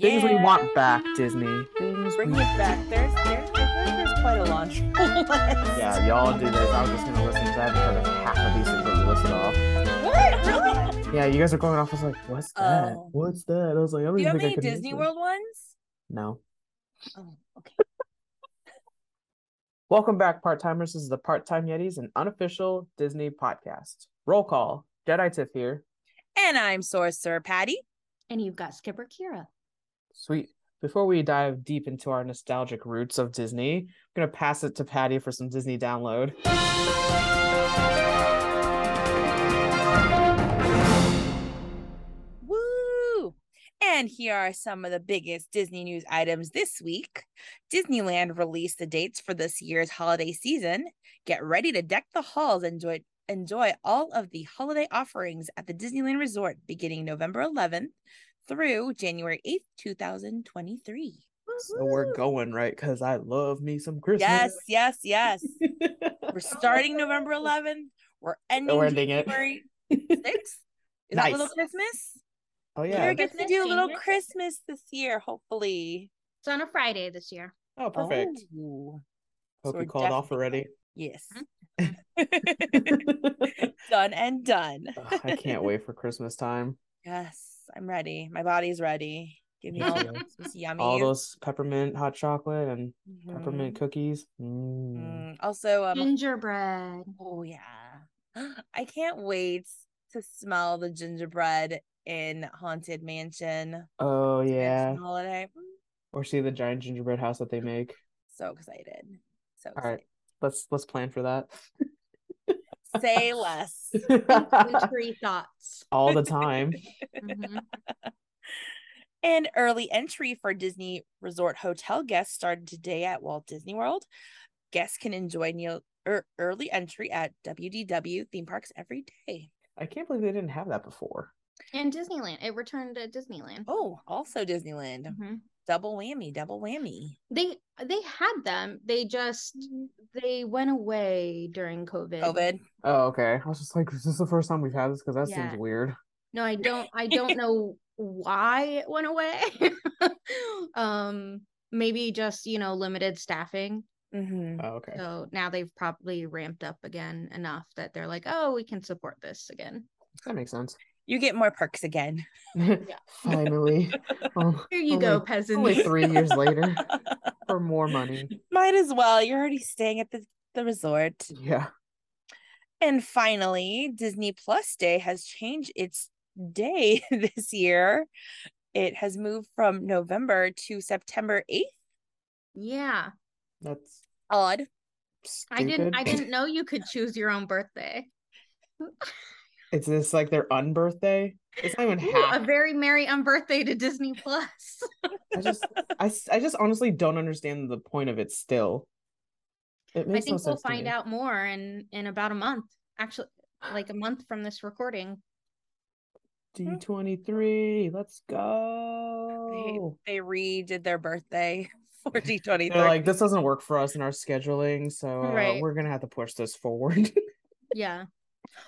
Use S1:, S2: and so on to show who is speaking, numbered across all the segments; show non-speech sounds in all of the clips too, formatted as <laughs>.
S1: Things we want back, Disney. Things
S2: Bring
S1: we
S2: it back. There's, there's, I feel like there's quite a launch list.
S3: Yeah, y'all do this. I was just gonna listen because I haven't heard of half of these things that you listed off.
S2: What? Really?
S3: Yeah, you guys are going off. I was like, what's that?
S2: Oh.
S3: What's that? I was like, I don't
S2: Do you have
S3: even think I
S2: any
S3: could
S2: Disney
S3: answer.
S2: World ones?
S3: No.
S2: Oh, okay.
S3: <laughs> Welcome back, part timers. This is the Part Time Yetis, an unofficial Disney podcast. Roll call. Jedi Tiff here.
S2: And I'm Sorcerer Patty.
S4: And you've got Skipper Kira.
S3: Sweet. Before we dive deep into our nostalgic roots of Disney, I'm gonna pass it to Patty for some Disney download.
S2: Woo! And here are some of the biggest Disney news items this week. Disneyland released the dates for this year's holiday season. Get ready to deck the halls and enjoy enjoy all of the holiday offerings at the Disneyland Resort beginning November 11th through January 8th, 2023.
S3: So we're going right because I love me some Christmas.
S2: Yes, yes, yes. We're starting November 11th. We're ending,
S3: We're ending it.
S2: January 6th. Is that
S3: Nice.
S2: Little Christmas?
S3: <laughs> Oh
S2: Yeah.
S3: yeah.
S2: Kara gets to
S4: Christmas
S2: do a little
S4: changes.
S2: Christmas this year, hopefully.
S4: It's on a Friday this year.
S3: Oh perfect.
S2: Oh. So
S3: Hope we
S2: we're
S3: called off already.
S2: Yes.
S4: Mhm.
S2: <laughs> done and done.
S3: Ugh, I can't wait for
S2: <laughs>
S3: Christmas time.
S2: Yes, I'm ready. My body's ready. Give me all
S3: Me
S2: the
S3: too.
S2: Christmas yummy. Mm-hmm.
S3: All those peppermint hot chocolate and peppermint cookies. Mm.
S2: Also, um,
S4: Gingerbread.
S2: oh yeah, <gasps> I can't wait to smell the gingerbread in Haunted Mansion.
S3: Oh yeah.
S2: Mansion holiday.
S3: Or see the giant gingerbread house that they make.
S2: So excited. So
S3: All right.
S2: excited.
S3: Let's let's plan for that.
S2: Say
S3: <laughs>
S2: less.
S4: Gluten-free thoughts.
S3: All
S2: <laughs>
S3: the time.
S4: Mhm.
S2: And early entry for Disney Resort Hotel guests started today at Walt Disney World. Guests can enjoy neo- er, early entry at WDW theme parks every day.
S3: I can't believe they didn't have that before.
S4: And Disneyland. It returned to Disneyland.
S2: Oh, also Disneyland.
S3: Mm-hmm.
S4: Mhm.
S2: Double whammy, double whammy.
S4: They they had them. They just they went away during COVID.
S2: COVID.
S3: Oh, okay. I was just like, is this the first time we've had this? Because that
S4: Yeah.
S3: seems weird.
S4: No, I don't I don't know why it went away. <laughs> um maybe just, you know, limited staffing.
S2: Mm-hmm.
S3: Oh, okay.
S4: So now they've probably ramped up again enough that they're like, "Oh, we can support this again."
S3: That makes sense.
S2: You get more perks again. <laughs>
S3: <laughs> Finally. Oh,
S4: Here you
S3: Only-
S4: go, peasants.
S3: only three years later for more money.
S2: Might as well. You're already staying at the, the resort.
S3: Yeah.
S2: And finally, Disney Plus Day has changed its day <laughs> this year. It has moved from November to September 8th.
S4: Yeah.
S3: That's
S2: Odd.
S4: I
S3: stupid.
S4: didn't
S3: <laughs>
S4: I didn't know you could choose your own birthday.
S3: Is this like their unbirthday? It's not even
S4: <laughs> Ooh,
S3: half.
S4: a very merry unbirthday to Disney Plus.
S3: I just, I, s- I just honestly don't understand the point of it. Still, it
S4: <laughs> I
S3: makes no
S4: think we'll
S3: sense to
S4: find
S3: me.
S4: out more in in about a month. Actually, like a month from this recording. Hmm?
S3: D twenty three, let's go.
S2: They redid their birthday <laughs> for D23.
S3: They're like, this doesn't work for us in our scheduling, so uh,
S4: Right.
S3: we're gonna have to push this forward. <laughs>
S4: Yeah.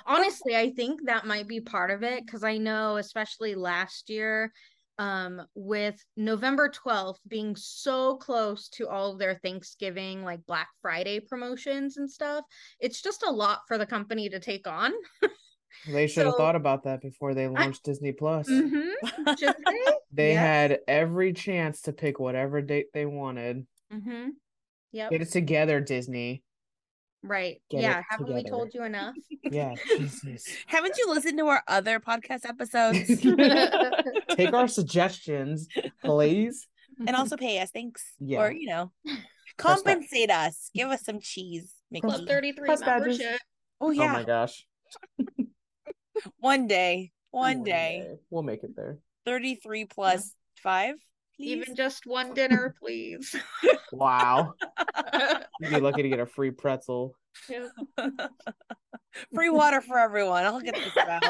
S4: Honestly, I think that might be part of it cuz I know especially last year um with November 12th being so close to all of their Thanksgiving like Black Friday promotions and stuff, it's just a lot for the company to take on.
S3: they should have
S4: So-
S3: thought about that before they launched Disney Plus.
S4: Mhm.
S3: Mm-hmm.
S4: <laughs>
S3: <laughs>
S4: Should they?
S3: They
S4: Yeah.
S3: had every chance to pick whatever date they wanted.
S4: Mm-hmm. Yep.
S3: Get it together, Disney.
S4: right.
S3: get it
S4: yeah. Haven't we
S3: together.
S4: told
S3: <laughs>
S4: you enough? <laughs>
S3: Yeah, Jesus.
S2: Haven't you listened to our other podcast episodes?
S3: <laughs> Take our suggestions,
S4: <laughs>
S3: please.
S2: and
S3: <laughs>
S2: also pay us, thanks.
S3: Yeah.
S2: Or, you know,
S3: Press ba-
S2: compensate us. Give us some cheese. Mickey.
S4: Club 33
S3: Plus badges.
S4: membership.
S2: Oh,
S3: Oh
S2: yeah.
S3: my gosh.
S2: one day. One day.
S3: We'll make it there.
S2: 33 plus five. Please.
S4: Even just one dinner, please. <laughs>
S3: Wow. You'd be lucky to get a free pretzel.
S2: Free water for everyone. I'll get this round.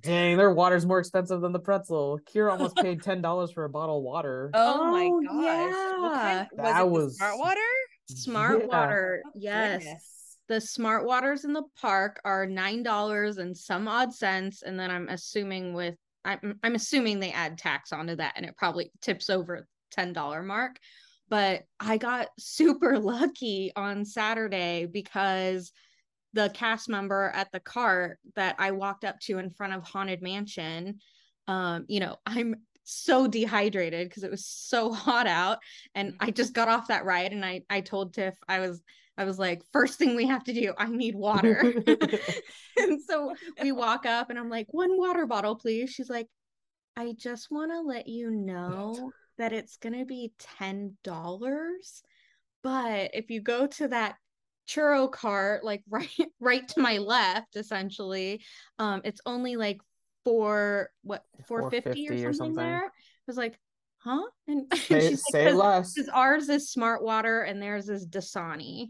S3: Dang, their water's more expensive than the pretzel. Kira almost
S4: <laughs>
S3: paid ten dollars for a bottle of water.
S2: Oh, my
S4: Oh,
S2: gosh. What kind-
S3: yeah.
S2: was
S3: That
S2: it
S3: was-
S2: the smart water?
S4: Smart
S3: Yeah.
S4: water.
S2: Oh,
S4: Yes.
S2: goodness.
S4: The smart waters in the park are nine dollars and some odd cents. And then I'm assuming with I'm I'm assuming they add tax onto that and it probably tips over $10 mark. But I got <laughs> super lucky on Saturday because the cast member at the cart that I walked up to in front of Haunted Mansion, um, you know, I'm so dehydrated because it was so hot out and I just got off that ride and I I told Tiff I was I was like first thing we have to do I need water. <laughs> and so we walk up and I'm like one water bottle please. She's like I just want to let you know that it's going to be $10 but if you go to that churro cart like <laughs> right right to my left essentially um it's only like four what 450,
S3: 450 or
S4: or, something
S3: something.
S4: there i was like huh and <laughs>
S3: Say,
S4: she's
S3: say
S4: like, "'Cause-
S3: less.
S4: because ours is smart water and theirs is dasani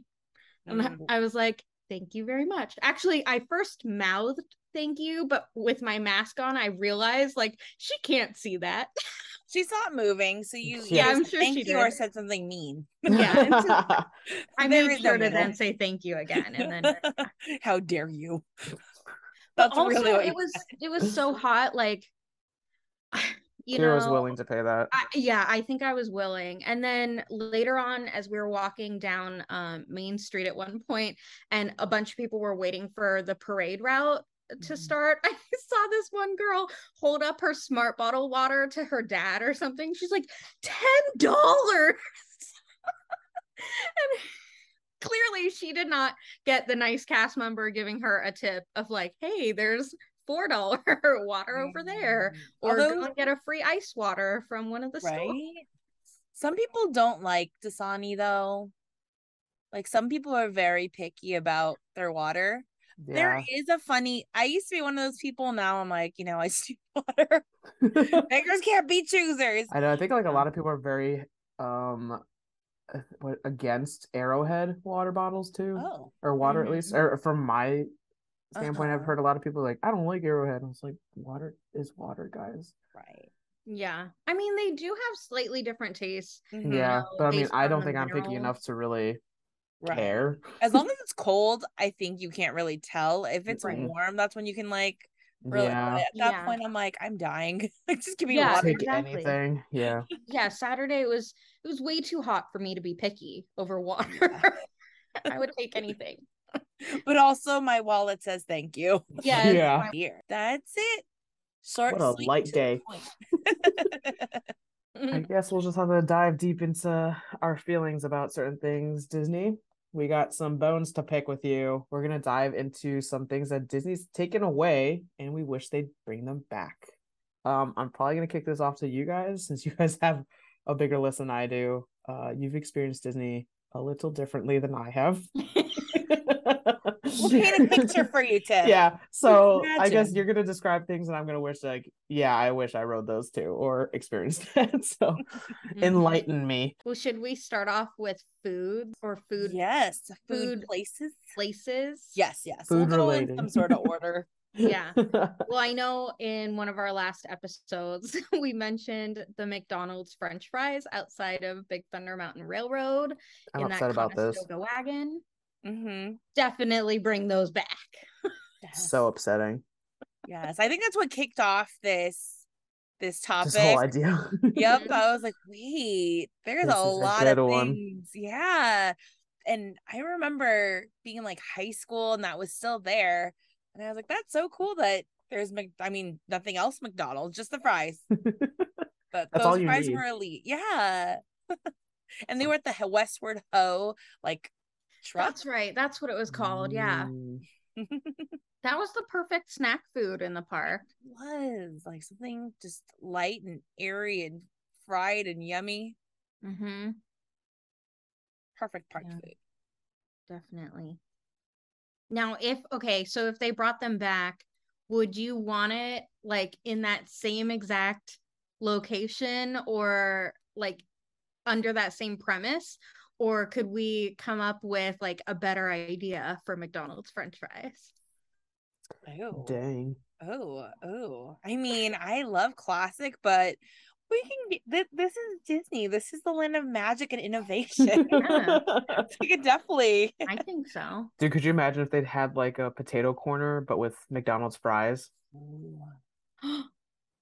S4: and I-
S2: Mm.
S4: I was like, thank you very much. Actually, I first mouthed thank you, but with my mask on, I realized like she can't see that. <laughs>
S2: She saw it moving, so you
S3: Yeah,
S2: either
S4: I'm
S2: said
S4: sure
S2: thank
S4: she
S2: you or
S4: did.
S2: said something mean.
S4: <laughs> Yeah, it's just-
S2: <laughs>
S3: <laughs>
S4: I
S2: There
S4: made
S2: is no
S4: sure to
S2: middle.
S4: then say thank you again. <laughs> And then
S2: <laughs> how dare you?
S4: <laughs> but
S2: That's
S4: also
S2: really what
S4: it
S2: you-
S4: was it was so hot, like <sighs> you
S3: Kira
S4: know
S3: was willing to pay that.
S4: I, yeah, I think I was willing. And then later on, as we were walking down um, Main Street at one point, and a bunch of people were waiting for the parade route to
S3: Mhm.
S2: Mm-hmm.
S4: start, <laughs> I saw this one girl hold up her smart bottle water to her dad or something. She's like, $10. <laughs> and clearly, she did not get the nice cast member giving her a tip of, like, hey, there's $4 <laughs> water over there or go
S2: Mm-hmm. Although-
S4: and get a free ice water from one of the stores.
S2: right? Some people don't like Dasani though. Like some people are very picky about their water. There is a funny. I used to be one of those people. Now I'm like, you know, I <laughs> just need water.
S3: Yeah.
S2: Beggars can't be choosers.
S3: I know. I think like a lot of people are very um uh, what- against Arrowhead water bottles too,
S2: Oh,
S3: or water at least. Or from my standpoint, I've
S2: Uh-uh.
S3: heard a lot of people like, I don't like Arrowhead. I was like, water is water, guys.
S2: right.
S4: Yeah. I mean, they do have slightly different tastes.
S2: Mhm.
S3: Yeah,
S4: know,
S3: but I mean,
S4: based
S3: I
S4: on
S3: don't
S4: the
S3: think I'm picky
S4: minerals.
S3: enough to really
S2: Right.
S3: care.
S2: As long as it's cold, I think you can't really tell. If it's
S3: Right.
S2: warm, that's when you can like really.
S3: Yeah,
S2: At that
S4: Yeah.
S2: point, I'm like, I'm dying. <laughs> like, just give me
S4: Yeah,
S3: I'll
S2: water.
S3: <laughs> take
S4: exactly.
S3: anything. Yeah,
S4: Yeah, Saturday was it was way too hot for me to be picky over water. <laughs> I would take anything.
S2: But also, my wallet says thank you.
S4: Yes,
S3: Yeah.
S4: my-
S2: Here, that's it. Short,
S3: What a
S2: sweet,
S3: light
S2: to the
S3: day.
S2: point.
S3: I
S4: Mm-hmm.
S2: Mm-hmm.
S3: guess we'll just have to dive deep into our feelings about certain things, Disney. We got some bones to pick with you. We're going to dive into some things that Disney's taken away and we wish they'd bring them back. Um, I'm probably going to kick this off to you guys since you guys <laughs> have a bigger list than I do. Uh, you've experienced Disney a little differently than I have.
S2: <laughs> we'll paint a picture for
S3: <laughs>
S2: you, Tim.
S3: yeah so i guess
S2: Imagine.
S3: you're gonna describe things and i'm gonna wish like yeah i wish i rode those too or experienced <laughs> that so
S4: Mm-hmm.
S3: enlighten me <laughs>
S4: Well, should we start off with food or food
S2: Yes. Food,
S4: food-
S2: places.
S4: places?
S2: Yes. Yes.
S3: Food
S2: go in
S3: related.
S2: some sort
S3: <laughs>
S2: of order.
S4: Yeah. Well, I know in one of our last episodes, <laughs> we mentioned the McDonald's French fries outside of Big Thunder Mountain Railroad
S3: i'm
S4: in
S3: upset
S4: that
S3: about this
S4: Conestoga wagon.
S2: mm-hmm.
S4: Definitely bring those back.
S3: so upsetting
S2: Yes, I think that's what kicked off this this topic.
S3: this whole idea <laughs>
S2: yep, I was like, wait, there's
S3: This
S2: a
S3: is a
S2: lot of
S3: good one.
S2: things. Yeah, and I remember being in, like high school, and that was still there, and I was like, that's so cool that there's Mc. I mean, nothing else McDonald's, just the fries.
S3: <laughs>
S2: But
S3: That's all
S2: those
S3: you
S2: fries
S3: need.
S2: were elite. Yeah, <laughs> and they were at the Westward Ho like truck.
S4: That's right. That's what it was called. Yeah.
S3: Mm,
S2: <laughs>
S4: That was the perfect snack food in the park.
S2: was like something just light and airy and fried and yummy.
S4: Mm-hmm.
S2: Perfect park
S4: Yeah.
S2: food.
S4: Definitely. Now, if okay, so if they brought them back, would you want it like in that same exact location or like under that same premise? Or could we come up with like a better idea for McDonald's French fries?
S2: Oh,
S3: dang
S2: oh, oh. I mean, I love classic, but we can be, th- this is Disney. This is the land of magic and innovation. <laughs> we could
S4: <laughs>
S2: definitely.
S4: I think so.
S3: <laughs>
S4: <gasps>
S3: dude could you imagine if they'd had like a potato corner but with mcdonald's fries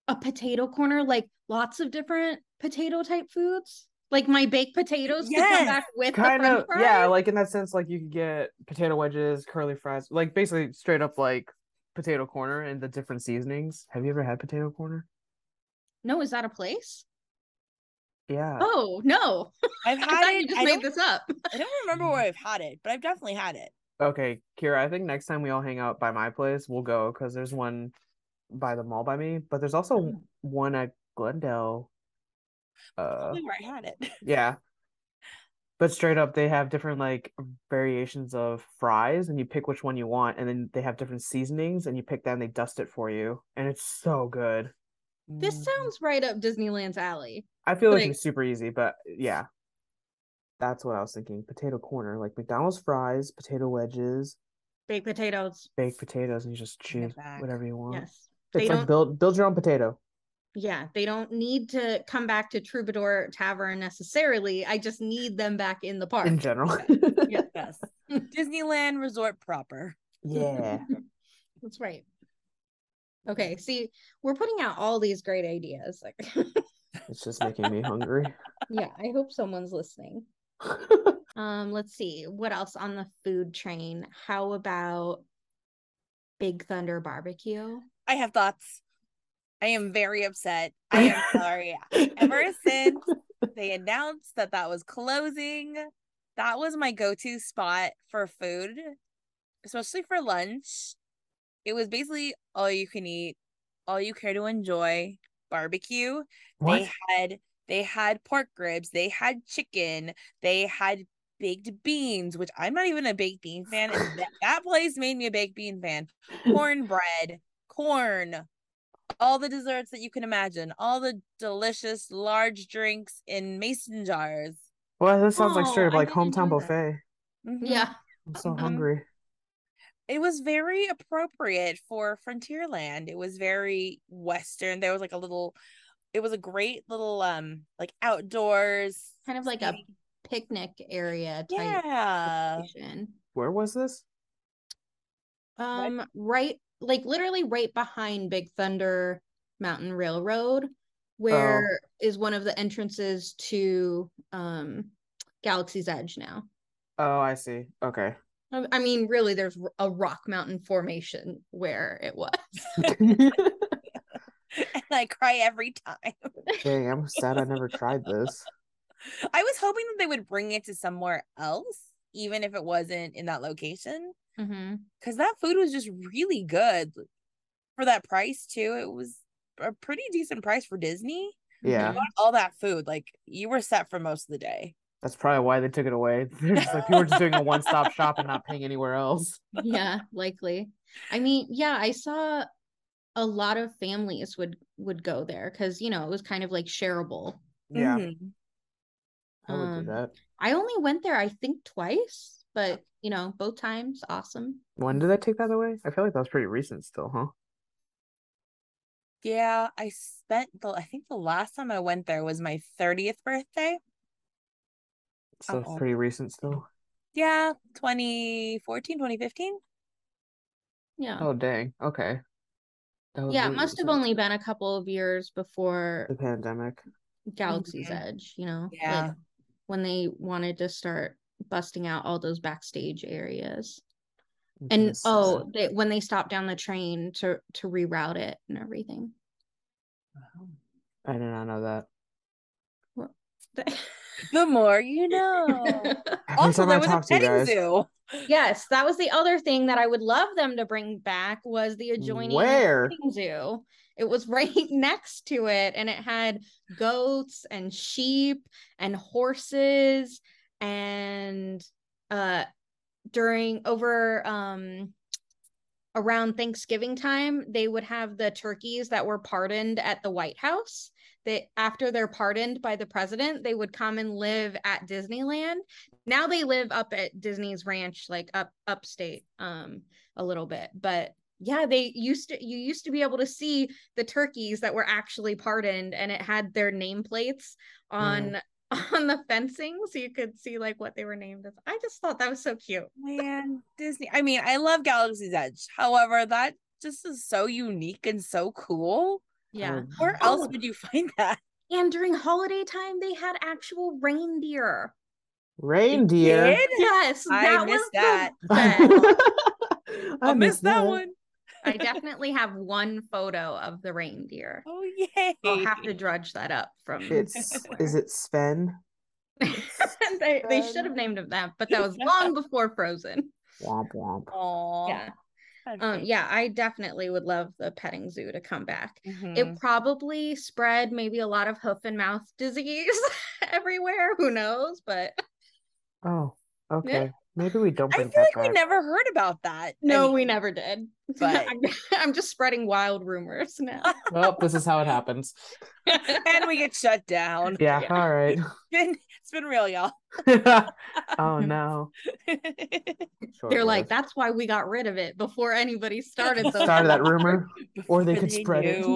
S4: a potato corner, like lots of different potato type foods. Like my baked potatoes could
S2: Yes.
S4: come back with
S3: kind
S4: the french
S3: of
S4: fries.
S3: yeah like in that sense like you could get potato wedges curly fries like basically straight up like potato corner and the different seasonings have you ever had potato corner
S4: no, is that a place?
S3: yeah
S4: Oh no,
S2: I've
S4: I
S2: had
S4: thought you
S2: it.
S4: just
S2: I
S4: made
S2: don't,
S4: this up.
S2: I don't remember where I've had it, but I've definitely had it.
S3: okay kira i think next time we all hang out by my place we'll go because there's one by the mall by me but there's also
S2: Mm.
S3: one at glendale
S2: <laughs>
S4: Oh.
S3: uh
S2: Probably where I had it.
S3: yeah but straight up they have different like variations of fries and you pick which one you want and then they have different seasonings and you pick that and they dust it for you and it's so good
S4: This sounds right up Disneyland's alley.
S3: I feel like,
S4: Like-
S3: it's super easy, but yeah. That's what I was thinking. Potato corner, like McDonald's fries, potato wedges,
S4: Baked potatoes.
S3: baked potatoes, and you just
S2: Bring it
S3: choose
S2: back.
S3: whatever you want.
S4: Yes. They
S3: It's like
S4: don't-
S3: build build your own potato.
S4: Yeah, they don't need to come back to Troubadour Tavern necessarily. I just need them back in the park.
S3: In
S4: <laughs>
S3: general.
S4: <laughs> Yeah. <laughs>
S2: Yes. Disneyland Resort proper.
S3: yeah.
S4: That's right. Okay, see, we're putting out all these great ideas. Like, <laughs>
S3: It's just making me hungry.
S4: yeah, I hope someone's listening. Um, let's see what else on the food train. How about Big Thunder Barbecue?
S2: I have thoughts. I am very upset. I
S4: <laughs>
S2: am sorry. Ever since they announced that that was closing, that was my go to spot for food, especially for lunch. It was basically all you can eat, all you care to enjoy barbecue.
S3: <laughs> What?
S2: They had they had pork ribs, they had chicken, they had baked beans, which I'm not even a baked bean fan. and
S4: <laughs>
S2: that, that place made me a baked bean fan cornbread, corn, all the desserts that you can imagine, all the delicious large drinks in mason jars.
S3: Well, this sounds like
S4: Oh,
S3: straight up
S4: I
S3: like
S4: didn't
S3: hometown
S4: know that.
S3: buffet.
S2: Mhm.
S4: Yeah,
S3: I'm so
S4: Mhm.
S3: hungry.
S2: It was very appropriate for Frontierland. It was very Western. There was like a little, it was a great little, um, like outdoors.
S4: kind of like a
S2: seating.
S4: picnic area
S3: <laughs>
S4: type
S2: Yeah. <laughs>
S4: situation.
S3: Where was this?
S4: Um, right, like literally right behind Big Thunder Mountain Railroad, where is one of the entrances to um Galaxy's Edge now.
S3: Oh, I see.
S4: <laughs>
S3: Okay.
S4: I I mean, really, there's r- a rock mountain formation where it was.
S2: and I cry every time.
S3: Dang, I'm sad I never tried this.
S2: I was hoping that they would bring it to somewhere else, even if it wasn't in that location. because that food was just really good like, for that price too. It was a pretty decent price for Disney.
S3: Yeah.
S4: Mhm.
S2: All that food, like you were set for most of the day.
S3: That's probably why they took it away. <laughs> They're just like people were just doing a one stop shop and not paying anywhere else.
S4: <laughs> Yeah, likely. I mean, yeah, I saw a lot of families would would go there because you know it was kind of like shareable.
S2: Mhm.
S3: I would
S4: Um,
S3: do that.
S4: I only went there, I think, twice, but you know, both times, awesome.
S3: When did they take that away? I feel like that was pretty recent still, huh?
S2: Yeah, I spent the. I think the last time I went there was my thirtieth birthday.
S3: So it's
S2: Uh-oh.
S3: pretty recent still.
S2: Yeah, 2014, 2015.
S4: Yeah,
S3: Oh dang. Okay. That was
S4: yeah, it
S3: really
S4: must have
S3: recent.
S4: only been a couple of years before
S3: the pandemic.
S4: Galaxy's
S2: Mhm.
S4: Edge. You know, like,
S2: Yeah.
S4: when they wanted to start busting out all those backstage areas. and
S3: Yes.
S4: oh they, when they stopped down the train to to reroute it and everything
S3: I did not know that. <laughs>
S2: The more
S3: <laughs>
S2: you know.
S3: Every
S2: also,
S3: time
S2: there
S3: I
S2: was a
S3: talk to you
S2: petting
S3: guys,
S2: zoo.
S4: <laughs> yes that was the other thing that i would love them to bring back was the adjoining
S3: mm, Where?
S4: petting zoo it was <laughs> right next to it and it had goats and sheep and horses and uh during over um around Thanksgiving time, they would have the turkeys that were pardoned at the White House. That after they're pardoned by the president, they would come and live at Disneyland. Now they live up at Disney's ranch, like up upstate, um, a little bit. But yeah, they used to you used to be able to see the turkeys that were actually pardoned, and it had their nameplates on <laughs> on the fencing, so you could see like what they were named as. I just thought that was so cute.
S2: Man, Disney. I mean, I love Galaxy's Edge. However, that just is so unique and so cool.
S4: Yeah.
S3: Um,
S2: Where
S4: Oh.
S2: else would you <laughs> find that?
S4: And during holiday time, they had actual reindeer.
S3: reindeer.
S2: Kid?
S4: Yes,
S2: I
S4: that was
S2: missed
S4: the
S2: that.
S3: <laughs>
S4: best.
S2: I missed that one.
S4: <laughs> I definitely have one photo of the reindeer.
S2: Oh yay!
S4: I'll have to drudge that up from. <laughs>
S3: It's is it Sven?
S4: they they should have named him that, but that was long before Frozen.
S3: Womp womp.
S2: Aw.
S4: <laughs> Yeah.
S2: Fun
S4: Um,
S2: fact.
S4: yeah, I definitely would love the petting zoo to come back.
S2: Mhm.
S4: It probably spread maybe a lot of hoof and mouth disease <laughs> everywhere. Who knows? But
S3: Oh, okay. Maybe we don't
S2: I
S3: bring
S2: feel like
S3: that
S2: we
S3: back.
S2: never heard about that. I
S4: no, we
S2: mean,
S4: never did. <laughs>
S2: but-
S4: I'm, I'm just spreading wild rumors now.
S3: Well, this is how it happens.
S2: <laughs> And we get shut down.
S3: Yeah,
S4: <laughs> Yeah.
S3: all right. <laughs>
S2: It's been, it's been real, y'all.
S3: oh no. Short
S4: <laughs> They're like,
S3: lived.
S4: that's why we got rid of it before anybody <laughs> started. those
S3: started that rumor. Oh,
S2: <laughs>
S3: Or they
S2: Before
S3: could spread it.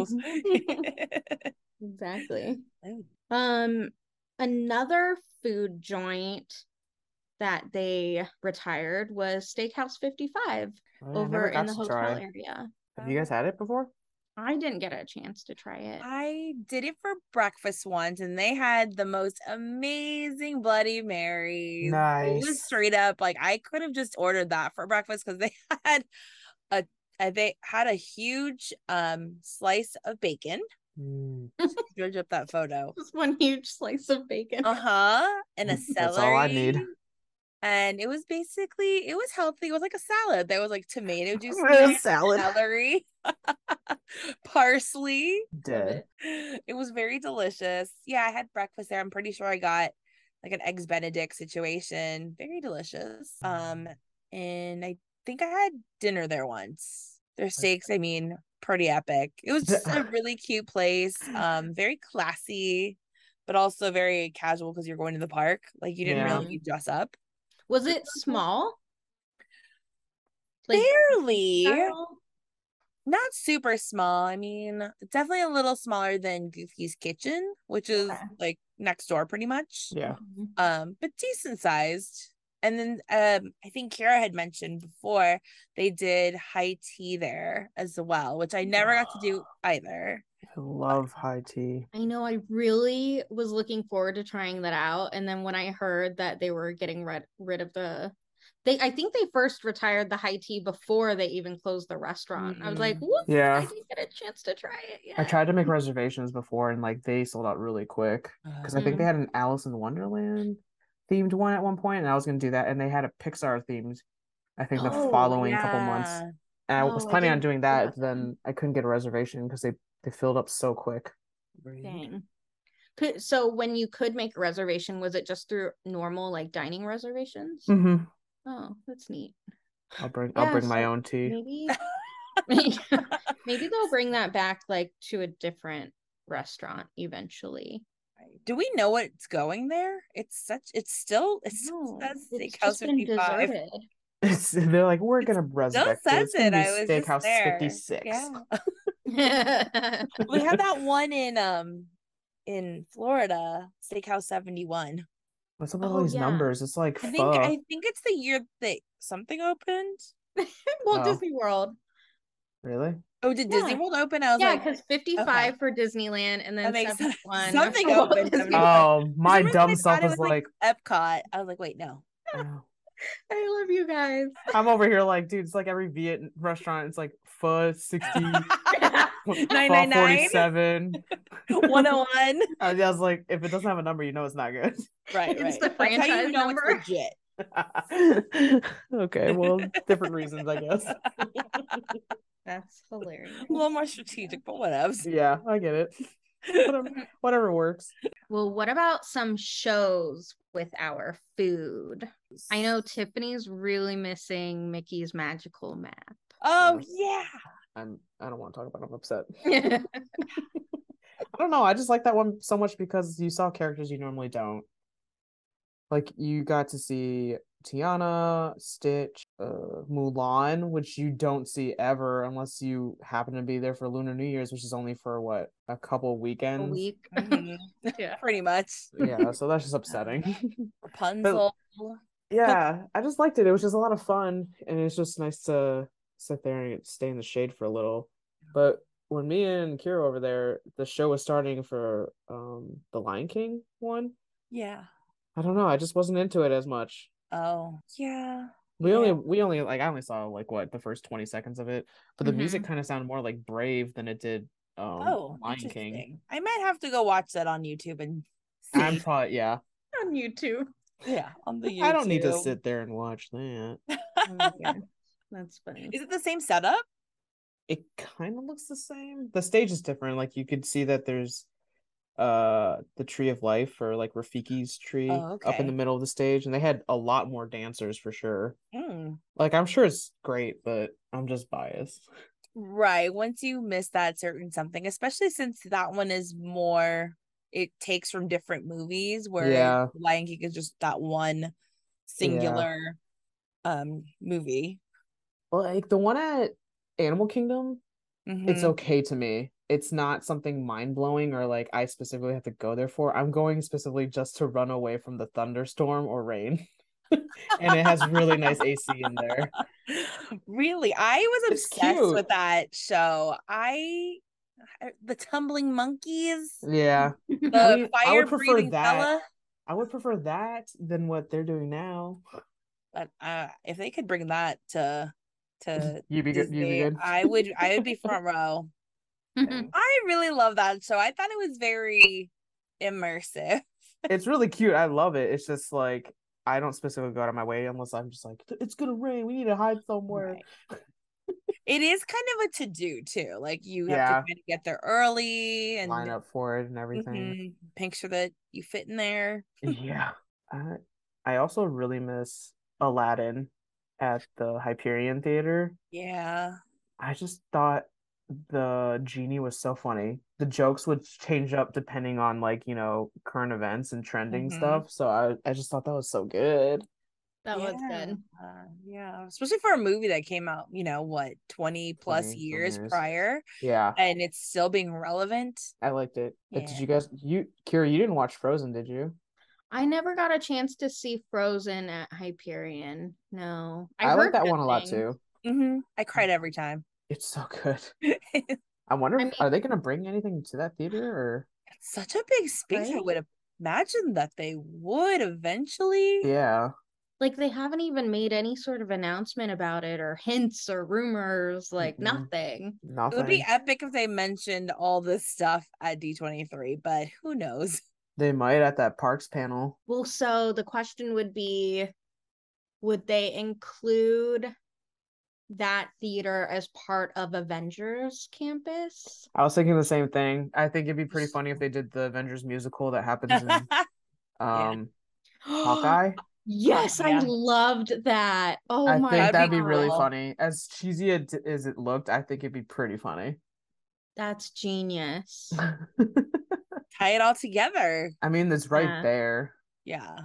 S4: <laughs>
S2: knew.
S4: Exactly.
S2: Oh.
S4: Um, another food joint that they retired was Steakhouse 55
S3: Oh, yeah, I never
S4: over in
S3: got
S4: the
S3: to
S4: hotel
S3: try.
S4: area.
S3: Have you guys had it before?
S4: I didn't get a chance to try it.
S2: I did it for breakfast once, and they had the most amazing Bloody Marys. It was
S3: Nice.
S2: straight up like I could have just ordered that for breakfast because they <laughs> had a uh, they had a huge um slice of bacon.
S3: Mm,
S2: Dredge up that photo.
S4: Just one huge slice of bacon.
S2: Uh huh. And a celery.
S3: <laughs> That's all I need.
S2: And it was basically it was healthy. It was like a salad. There was like
S3: <laughs>
S2: tomato juice, in
S3: A
S2: there,
S3: salad.
S2: celery, <laughs> parsley.
S3: Dead.
S2: <laughs> It was very delicious. Yeah, I had breakfast there. I'm pretty sure I got like an eggs benedict situation. Very delicious. Um and I think I had dinner there once. Their steaks, I mean, pretty epic. It was
S3: D-
S2: just a really cute place. Um very classy, but also very casual because you're going to the park. Like you didn't
S3: Yeah.
S2: really need to dress up.
S4: Was <laughs> it small?
S2: Barely.
S4: style?
S2: Not super small. I mean, definitely a little smaller than Goofy's Kitchen, which is
S4: Okay.
S2: like next door pretty much.
S3: Yeah.
S4: Mhm.
S2: um but decent sized and then um i think kira had mentioned before they did high tea there as well which i never got to do either
S3: I love high tea.
S4: I know I really was looking forward to trying that out. And then when I heard that they were getting rid, rid of the they I think they first retired the high tea before they even closed the restaurant. I was like, whoops,
S3: Mm-hmm. Yeah.
S4: I didn't get a chance to try it yet.
S3: I tried to make reservations before and like they sold out really quick. Because I think they had an Alice in Wonderland themed one at one point, and I was gonna do that, and they had a Pixar themed, I think the
S4: Oh,
S3: following couple
S2: <laughs>
S3: months. <laughs>
S2: yeah.
S3: And I was
S4: Oh, I
S3: planning on
S4: didn't
S3: doing
S4: know
S3: that,
S4: about
S3: but then I couldn't get a reservation because they they filled up so quick.
S4: Dang. Could, so when you could make a reservation, was it just through normal like dining reservations?
S3: Mm-hmm.
S4: Oh, that's neat.
S3: I'll bring
S4: Yeah,
S3: I'll bring my
S4: so
S3: own tea. <laughs>
S4: Maybe maybe they'll bring that back like to a different restaurant eventually.
S2: do we know what's going there it's such it's still it still
S4: No,
S2: says
S4: it's
S2: steakhouse
S4: just been
S2: 55
S4: deserted.
S3: It's, they're like, we're gonna
S2: still
S3: resurrect it.
S2: says
S3: It's gonna
S2: it
S3: be
S2: i was
S3: Steakhouse
S2: just there.
S3: 56. <laughs>
S2: yeah
S4: <laughs>
S2: we had that one in um in florida steakhouse 71
S3: What's up with
S4: Oh,
S3: all these
S4: yeah.
S3: numbers? It's like
S2: I
S3: fuck.
S2: think I think it's the year that something opened.
S4: Walt
S3: Oh.
S4: Disney World.
S2: <laughs>
S3: Really?
S2: Oh, did Disney
S4: Yeah.
S2: World open? I was
S4: Yeah,
S2: like,
S4: because 55 for Disneyland and then
S2: That makes sense.
S4: <laughs> 71
S2: Something
S4: for Walt
S2: opened,
S4: Disney
S2: something
S4: World.
S3: Oh, my
S2: remember I
S3: dumb
S2: thought
S3: self
S2: it
S3: was
S2: was,
S3: like,
S2: like- Epcot. I was like, wait,
S4: <laughs>
S2: no.
S3: oh.
S4: <laughs> I love you guys. <laughs>
S3: I'm over here like, dude, it's like every Viet restaurant. It's like pho 60,
S2: <laughs>
S3: pho
S2: 999.
S3: 47.
S2: 101.
S3: I was like, if it doesn't have a number, you know it's not good. <laughs>
S2: Right, right.
S4: It's the
S2: That's how you
S4: franchise
S2: know it's
S4: number. <laughs>
S2: legit.
S3: okay, well, different reasons,
S2: <laughs>
S3: I guess.
S4: That's hilarious.
S2: A little more strategic, but whatevs.
S3: Yeah, I get it.
S2: <laughs>
S3: Whatever, whatever works.
S4: Well, what about some shows with our food? I know Tiffany's really missing Mickey's magical <laughs> map.
S2: Oh yeah.
S3: I'm. I don't want to talk about. It. I'm upset.
S4: yeah,
S3: I don't know. I just like that one so much because you saw characters you normally don't. Like you got to see Tiana, Stitch, uh, Mulan, which you don't see ever unless you happen to be there for Lunar New Year's, which is only for what a couple
S4: a
S3: weekends.
S4: week. <laughs>
S2: Mhm.
S4: Mm-hmm. Yeah.
S2: <laughs> Pretty much.
S3: Yeah, so that's <laughs> just upsetting. Oh.
S2: Rapunzel.
S3: yeah, I just liked it. It was just a lot of fun, and it's just nice to sit there and stay in the shade for a little. But when me and Kira over there, the show was starting for um the Lion King one.
S2: Yeah.
S3: I don't know. I just wasn't into it as much.
S2: Oh, yeah.
S3: We
S2: Yeah.
S3: only we only like I only saw like what the first twenty seconds of it, but the music kind of sounded more like Brave than it did um
S2: Mm-hmm. Oh,
S3: Lion King.
S2: interesting. I might have to go watch that on YouTube and see.
S3: I'm probably yeah.
S4: on YouTube.
S2: <laughs> yeah, on the YouTube.
S3: I don't need to sit there and watch that.
S4: Oh <laughs> my God. That's funny.
S2: <laughs> Is it the same setup?
S3: It kind of looks the same. The stage is different. Like you could see that there's uh the tree of life or like Rafiki's tree
S2: Oh,
S3: up in
S2: okay.
S3: the middle of the stage, and they had a lot more dancers for sure.
S2: Mm.
S3: Like I'm sure it's great, but I'm just biased.
S2: Right. Once you miss that certain something, especially since that one is more, it takes from different movies, where
S3: Yeah.
S2: Lion King is just that one singular um movie.
S3: Like the one at Animal Kingdom, it's
S2: Mhm.
S3: okay to me. It's not something mind blowing or like I specifically have to go there for. I'm going specifically just to run away from the thunderstorm or rain. <laughs> and it has really nice AC in there.
S2: <gasps> really i was
S3: It's
S2: obsessed
S3: cute.
S2: with that show i I- the tumbling monkeys
S3: Yeah.
S4: <laughs>
S2: the
S3: Mm, I mean, I
S2: fire
S3: would prefer
S2: breathing
S3: that.
S2: fella
S3: I would prefer that than what they're doing now.
S2: but uh, if they could bring that
S3: <laughs>
S2: to to
S3: You'd be good. You'd be
S2: Disney,
S3: good. <laughs>
S2: i would i would be front row i really love that show i thought it was very immersive
S3: it's really cute. I love it. It's just like I don't specifically go out of my way unless I'm just like, it's gonna rain. We need to hide somewhere.
S2: Right. it is kind of a to do too like you have to
S3: Yeah.
S2: kind of get there early and
S3: Line up for it and Mm-hmm. everything.
S2: mhm, make sure that you fit in there
S3: yeah. I, I also really miss Aladdin at the Hyperion Theater.
S2: yeah
S3: I just thought the genie was so funny. The jokes would change up depending on like, you know, current events and trending
S2: Mhm.
S3: stuff. So I I just thought that was so good.
S4: That was
S2: Yeah,
S4: good.
S2: Uh, yeah, especially for a movie that came out, you know, what, 20 plus
S3: 20 some
S2: years,
S3: years.
S2: prior
S3: Yeah,
S2: and it's still being relevant.
S3: I liked it. Uh,
S2: Yeah.
S3: Did you guys you Kira, you didn't watch Frozen, did you?
S4: I never got a chance to see Frozen at Hyperion. No.
S3: I,
S4: heard
S3: like that
S4: good
S3: one a lot
S4: things.
S3: too.
S2: hmm
S3: Mm.
S2: I cried every time.
S3: It's so good.
S2: it's
S3: I wonder
S4: I
S3: if, are they gonna bring anything to that theater or
S2: such a big space. I
S4: Right?
S2: would imagine that they would eventually.
S3: yeah.
S4: Like they haven't even made any sort of announcement about it or hints or rumors, like
S3: Mm-mm.
S4: nothing.
S2: It
S3: Nothing.
S2: would be epic if they mentioned all this stuff at D23, but who knows? <laughs>
S3: They might at that parks panel.
S4: Well, so the question would be would they include that theater as part of Avengers campus?
S3: I was thinking the same thing. I think it'd be pretty funny if they did the Avengers musical that happens in um Hawkeye.
S4: <gasps> Yes, I
S2: Yeah.
S4: loved that. Oh
S3: I
S4: my
S3: think
S2: That'd
S3: that'd
S2: be
S3: be really
S2: cool.
S3: funny. As cheesy it- as it looked, I think it'd be pretty funny.
S4: That's genius.
S2: Tie it all together.
S3: I mean, it's right
S4: Yeah.
S3: there.
S2: Yeah.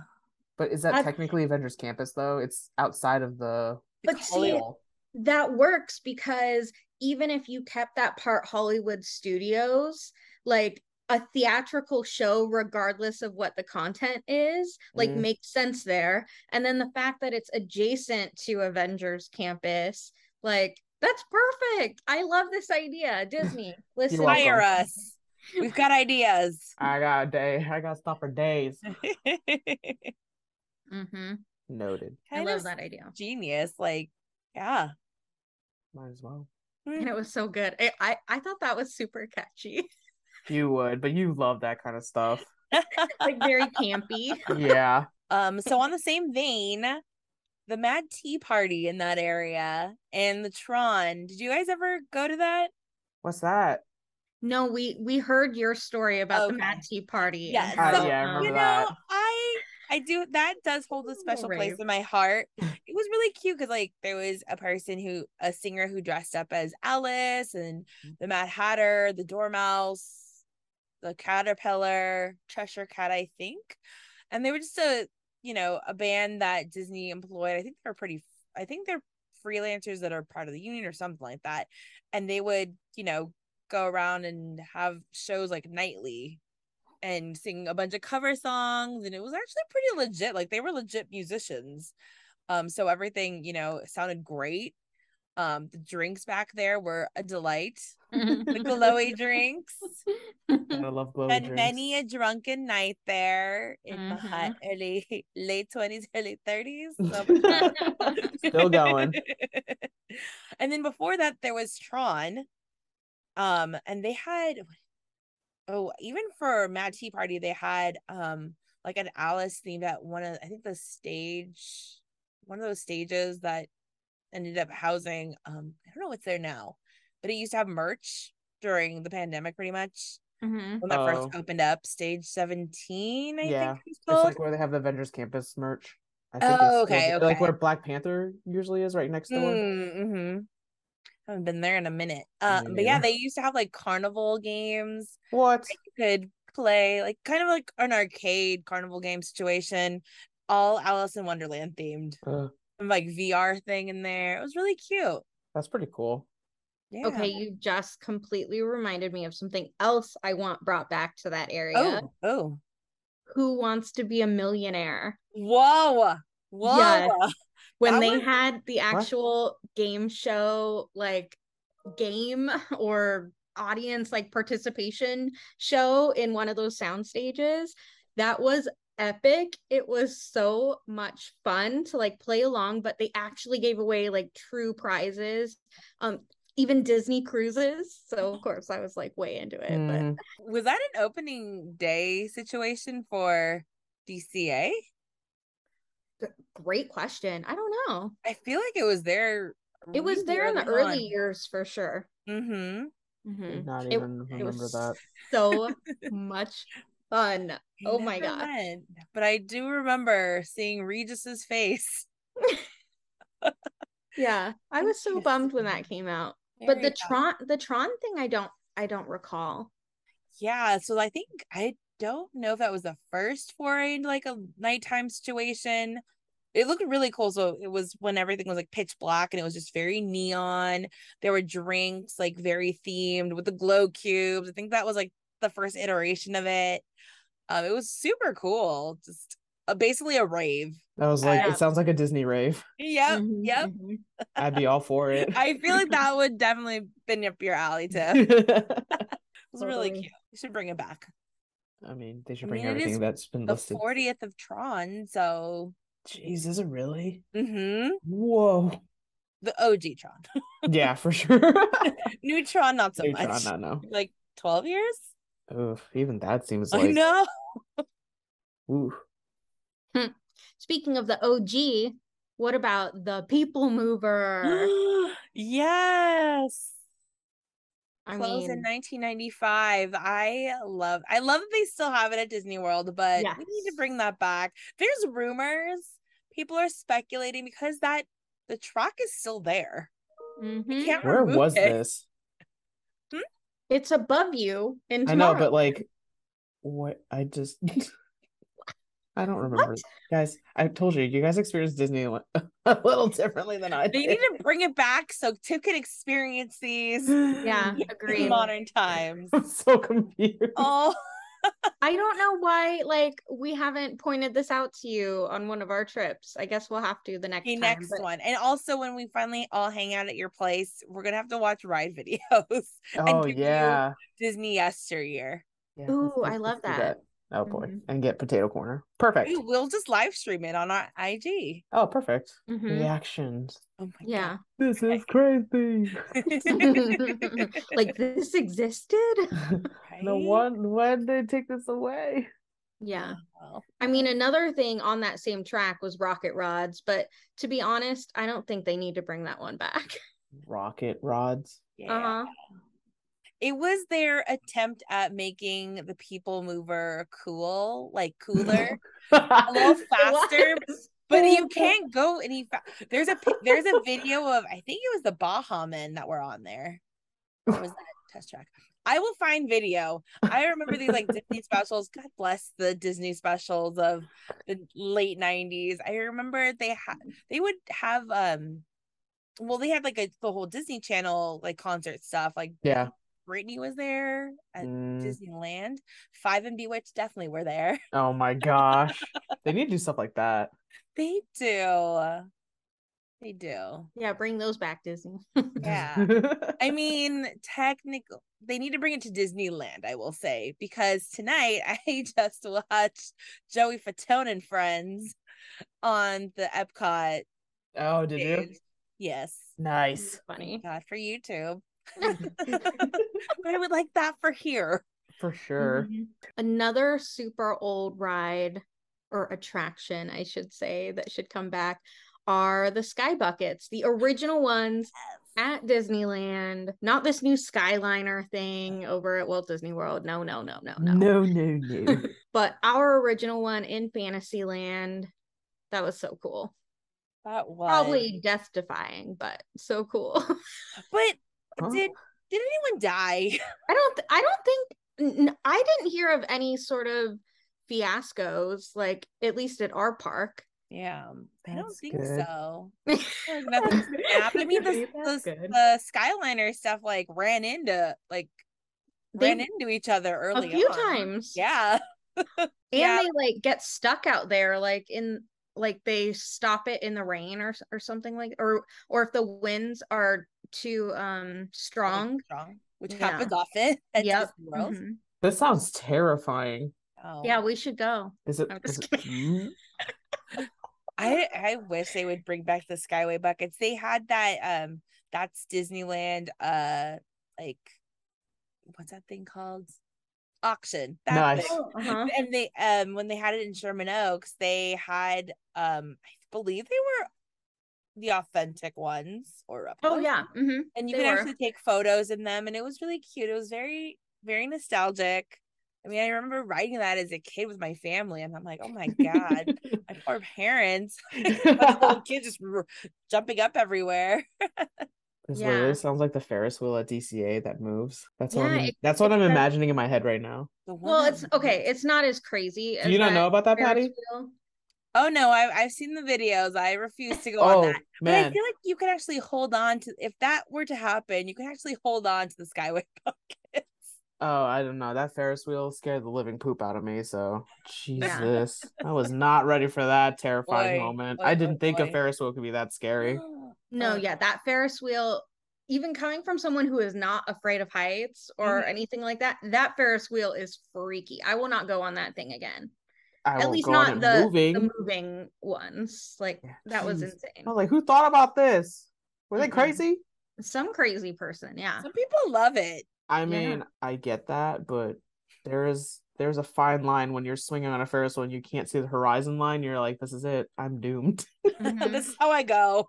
S3: But is that
S4: That's-
S3: technically Avengers Campus though? It's outside of the
S4: But see,
S2: Hollywood.
S3: hall.
S4: that works because even if you kept that part Hollywood studios, like a theatrical show, regardless of what the content is, like
S3: Mm.
S4: makes sense there. And then the fact that it's adjacent to Avengers campus, like that's perfect. I love this idea. Disney, listen,
S3: welcome.
S2: Hire us. We've got
S4: <laughs>
S2: ideas. <laughs>
S3: I got a day. I got stuff for days.
S2: kind
S4: hmm
S3: Noted.
S4: I
S2: of
S4: love that idea.
S2: genius. Like, yeah.
S3: Might as well.
S4: And it was so good. I, I, I thought that was super catchy,
S3: You would, but you love that kind of stuff.
S4: <laughs> like <laughs> very campy.
S3: Yeah.
S2: um, so on the same vein, the Mad Tea Party in that area and the Tron. Did you guys ever go to that?
S3: What's that?
S4: No, we we heard your story about the
S2: Okay.
S4: Mad Tea Party.
S2: Yes.
S4: and
S2: Uh,
S4: how,
S3: Oh, yeah, I
S4: um,
S3: remember
S2: you
S3: that.
S2: know, I I do that does hold a
S4: Little
S2: special place
S4: rave.
S2: in my heart. It was really cute because like there was a person who a singer who dressed up as Alice and the Mad Hatter, the Dormouse, the Caterpillar, Cheshire Cat, I think. And they were just a you know, a band that Disney employed. I think they're pretty I think they're freelancers that are part of the union or something like that. And they would, you know, go around and have shows like nightly and sing a bunch of cover songs and it was actually pretty legit like they were legit musicians um so everything you know sounded great Um, the drinks back there were a delight. The
S3: <laughs>
S2: glowy drinks
S3: And I love glowing
S2: and
S3: drinks.
S2: many a drunken night there in my
S4: Mhm.
S2: hot early late twenties, early thirties. <laughs>
S3: Still going.
S2: and then before that, there was Tron. Um, and they had oh, even for Mad Tea Party, they had um like an Alice themed at one of I think the stage, one of those stages that ended up housing um I don't know what's there now, but it used to have merch during the pandemic pretty much
S4: Mhm.
S2: when that first
S3: Oh.
S2: opened up, stage 17, I
S3: Yeah.
S2: think it was
S3: It's
S2: called.
S3: like where they have the Avengers Campus merch. I
S2: Oh,
S3: it's-
S2: okay,
S3: Like
S2: okay.
S3: where Black Panther usually is, right next door.
S2: mm-hmm. Haven't been there in a minute. Uh,
S3: Me
S2: but yeah,
S3: neither.
S2: they used to have like carnival games
S3: What?
S2: that you could play, like kind of like an arcade carnival game situation, all Alice in Wonderland themed,
S3: Ugh,
S2: and, like VR thing in there. It was really cute.
S3: that's pretty cool.
S2: Yeah.
S4: Okay, you just completely reminded me of something else I want brought back to that area.
S2: Oh, oh.
S4: Who wants to be a millionaire?
S2: Whoa. Whoa.
S4: Yes. When
S2: That
S4: they
S2: was-
S4: had the actual game show, like game or audience, like participation show in one of those sound stages, that was epic. It was so much fun to like play along, but they actually gave away like true prizes. Um, even Disney cruises. So of course I was like way into it. But
S3: Mm,
S2: Was that an opening day situation for DCA?
S4: great question. I don't know.
S2: I feel like it was there.
S4: It was there in the early years for sure.
S2: Mm-hmm.
S4: Mhm.
S3: Not
S4: It-
S3: even
S4: it
S3: remember
S4: was
S3: that.
S2: <laughs>
S4: so much fun. Oh my gosh.
S2: But I do remember seeing Regis's face.
S4: Yeah, I was so bummed when that came out. <laughs> But
S2: Very
S4: the
S2: bad.
S4: Tron, the Tron thing, I don't, I don't recall.
S2: yeah, so I think I don't know if that was the first foray into like a nighttime situation. It looked really cool. So it was when everything was like pitch black and it was just very neon. There were drinks like very themed with the glow cubes. I think that was like the first iteration of it. Um, it was super cool. Just uh, basically a rave.
S3: I was like,
S4: Yeah.
S3: it sounds like a Disney rave.
S2: Yep.
S4: Mhm,
S2: Oh, Yep.
S4: mhm.
S3: I'd be all
S2: <laughs>
S3: for it.
S2: I feel like that would definitely been up your alley too. It was really
S4: Totally.
S2: cute. You should bring it back.
S3: <laughs> I mean, they
S2: I
S3: should bring
S2: mean, it is
S3: everything that's been
S2: The
S3: listed.
S2: fortieth of Tron, so
S3: Jeez, is it really?
S2: hmm <laughs>
S3: Whoa.
S2: the OG Tron. <laughs>
S3: Yeah, for sure.
S2: New Tron, not <laughs> so
S3: Neutron,
S2: much.
S3: I know.
S2: <laughs> Like twelve years.
S3: Oof, even that seems
S2: <laughs> I
S3: like
S2: know.
S3: ooh,
S4: Speaking of the OG, what about the
S2: <gasps>
S4: People Mover?
S2: yes.
S4: I
S2: Closed in
S4: mean,
S2: 1995. I love. I love that they still have it at Disney World, but we need
S4: Yes.
S2: to bring that back. There's rumors. People are speculating because that the track is still there.
S4: mhm.
S2: Can't <laughs>
S3: where
S2: remove
S3: was
S2: it.
S3: this?
S4: it's above you in <laughs>
S3: I know,
S4: tomorrow.
S3: but like what I just <laughs> I don't remember.
S4: What?
S3: Guys, I told you, you guys experienced Disney a li- <laughs> a little differently than I
S2: They
S3: did.
S2: need to bring it back so Tip can experience these
S4: <laughs>
S2: in <laughs>
S3: <laughs>
S4: yeah, agreed.
S2: modern
S4: <laughs>
S2: times.
S3: I'm so confused.
S2: Oh,
S4: I don't know why, like, we haven't pointed this out to you on one of our trips. I guess we'll have to the next
S2: the
S4: time.
S2: next
S4: but-
S2: one. And also, when we finally all hang out at your place, we're gonna have to watch ride videos. <laughs>
S3: Oh
S2: give you-
S3: yeah.
S2: Disney yesteryear.
S3: yeah
S4: Ooh,
S3: do-
S4: I love
S3: do
S4: that.
S3: Oh boy.
S4: Mhm.
S3: And get potato corner. Perfect.
S2: Ooh, we'll just live stream it on our IG.
S3: Oh, perfect.
S4: Mhm.
S3: Reactions.
S2: Oh my
S4: Yeah.
S3: This
S2: Okay.
S3: is
S4: <laughs>
S3: crazy.
S2: <laughs> god.
S4: like this existed <laughs>
S3: No
S2: Right?
S3: one, why did they take this away?
S4: yeah
S2: Wow.
S4: i mean another thing on that same track was rocket rods but to be honest i don't think they need to bring that one back <laughs>
S3: Rocket rods.
S2: Yeah.
S4: uh-huh
S2: It was their attempt at making the people mover cool, like
S4: <laughs>
S2: cooler, a
S3: <laughs>
S2: little faster. But you can't go any fa- there's a pi- there's a video of I think it was the Baja Men that were on there. Or was that test track? I will find video. I remember these like Disney specials. God bless the Disney specials of the late '90s. I remember they had they would have um, well they had like a the whole Disney Channel like concert stuff. Like
S3: Yeah.
S2: Britney was there at
S3: Mm,
S2: Disneyland. Five and Bewitched definitely were there.
S3: oh my gosh. They need to do stuff like that.
S2: They do. They do.
S4: Yeah, bring those back, Disney. <laughs>
S2: Yeah. I mean, technical. They need to bring it to Disneyland, I will say, because tonight <laughs> I just watched Joey Fatone and Friends on the Epcot.
S3: oh, did you?
S2: stage. Yes.
S4: <laughs>
S3: Nice.
S4: Funny.
S2: Not for YouTube. but I would like that for here.
S3: For sure.
S4: Mhm. Another super old ride or attraction, I should say, that should come back are the sky buckets, the original ones at Disneyland, not this new Skyliner thing over at Walt Disney World. No, no, no, Oh, no,
S3: No,
S4: no.
S3: no, no.
S4: But our original one in Fantasyland, that was so cool.
S2: That was
S4: Probably death defying, but so cool. <laughs>
S2: But
S3: Huh?
S2: did did anyone die?
S4: I don't th- I don't think n- n- I didn't hear of any sort of fiascos like at least at our park.
S2: Yeah, I don't
S3: That's
S2: think
S3: good.
S4: <laughs>
S2: so. Like, nothing's gonna happen. I mean, the,
S3: That's
S2: the,
S3: good.
S2: the Skyliner stuff like ran into like
S4: They-
S2: ran into each other
S4: a
S2: early
S4: few
S2: on.
S4: times.
S2: Yeah, <laughs>
S4: And
S2: yeah.
S4: they like get stuck out there like in like they stop it in the rain or s- or something like or or if the winds are too um strong.
S2: Strong, which
S4: Yeah.
S2: happens often <laughs> at
S4: Yep.
S2: Disney World.
S4: Mhm.
S3: This sounds terrifying.
S2: Oh.
S4: Yeah, we should go.
S3: Is it?
S4: I'm
S3: is
S4: just
S3: it- Mm.
S2: I I wish they would bring back the Skyway buckets. They had that um that's Disneyland uh like what's that thing called? Auction. That
S3: Nice.
S2: thing.
S4: Oh, uh-huh.
S2: <laughs> And they um when they had it in Sherman Oaks, they had um I believe they were the authentic ones or
S4: Oh
S2: replicas,
S4: yeah. hmm
S2: And you
S4: they
S2: could
S4: were.
S2: actually take photos in them and it was really cute. It was very very nostalgic. I mean, I remember riding that as a kid with my family, and I'm like, oh my God,
S4: <laughs>
S3: <laughs>
S2: my poor parents. <laughs> bunch of little kids just r- jumping up everywhere.
S3: This
S4: Yeah.
S3: literally sounds like the Ferris wheel at DCA that moves. That's what
S4: Yeah,
S3: I'm,
S4: it-
S3: that's what
S4: it
S3: I'm
S4: does-
S3: imagining in my head right now.
S2: The one
S4: Well,
S2: that
S4: it's
S2: was-
S4: okay. It's not as crazy.
S3: Do
S4: as
S3: you not know about that,
S4: Ferris
S3: Patty?
S4: wheel.
S2: Oh no, I, I've seen the videos. I refuse to go on
S3: Oh
S2: that. But I
S3: man,
S2: feel like you could actually hold on to if that were to happen, you could actually hold on to the Skyway buckets.
S3: oh I don't know. That Ferris wheel scared the living poop out of me. So Jesus, I was not ready for that terrifying
S2: Boy,
S3: moment.
S2: boy,
S3: I
S2: boy,
S3: didn't think a
S2: boy.
S3: Ferris wheel could be that
S4: <gasps>
S3: scary.
S4: No,
S2: Oh.
S4: yeah, that Ferris wheel, even coming from someone who is not afraid of heights or
S2: Mhm.
S4: anything like that, that Ferris wheel is freaky. I will not go on that thing again.
S3: I
S4: At
S3: won't
S4: least
S3: go on
S4: not
S3: it
S4: the
S3: moving.
S4: the moving ones. Like
S3: Yeah,
S4: that was
S3: jeez.
S4: insane.
S3: I was like, who thought about this? Were they
S4: Mm-mm.
S3: crazy?
S4: Some crazy person,
S2: <laughs> <gasps>
S4: yeah.
S2: Some people love it. <laughs>
S3: I
S4: Yeah.
S3: mean, I get that, but there is there's a fine line when you're swinging on a Ferris wheel and you can't see the horizon line. You're like, this is it. I'm doomed. <laughs>
S4: Mhm.
S2: this is how I go.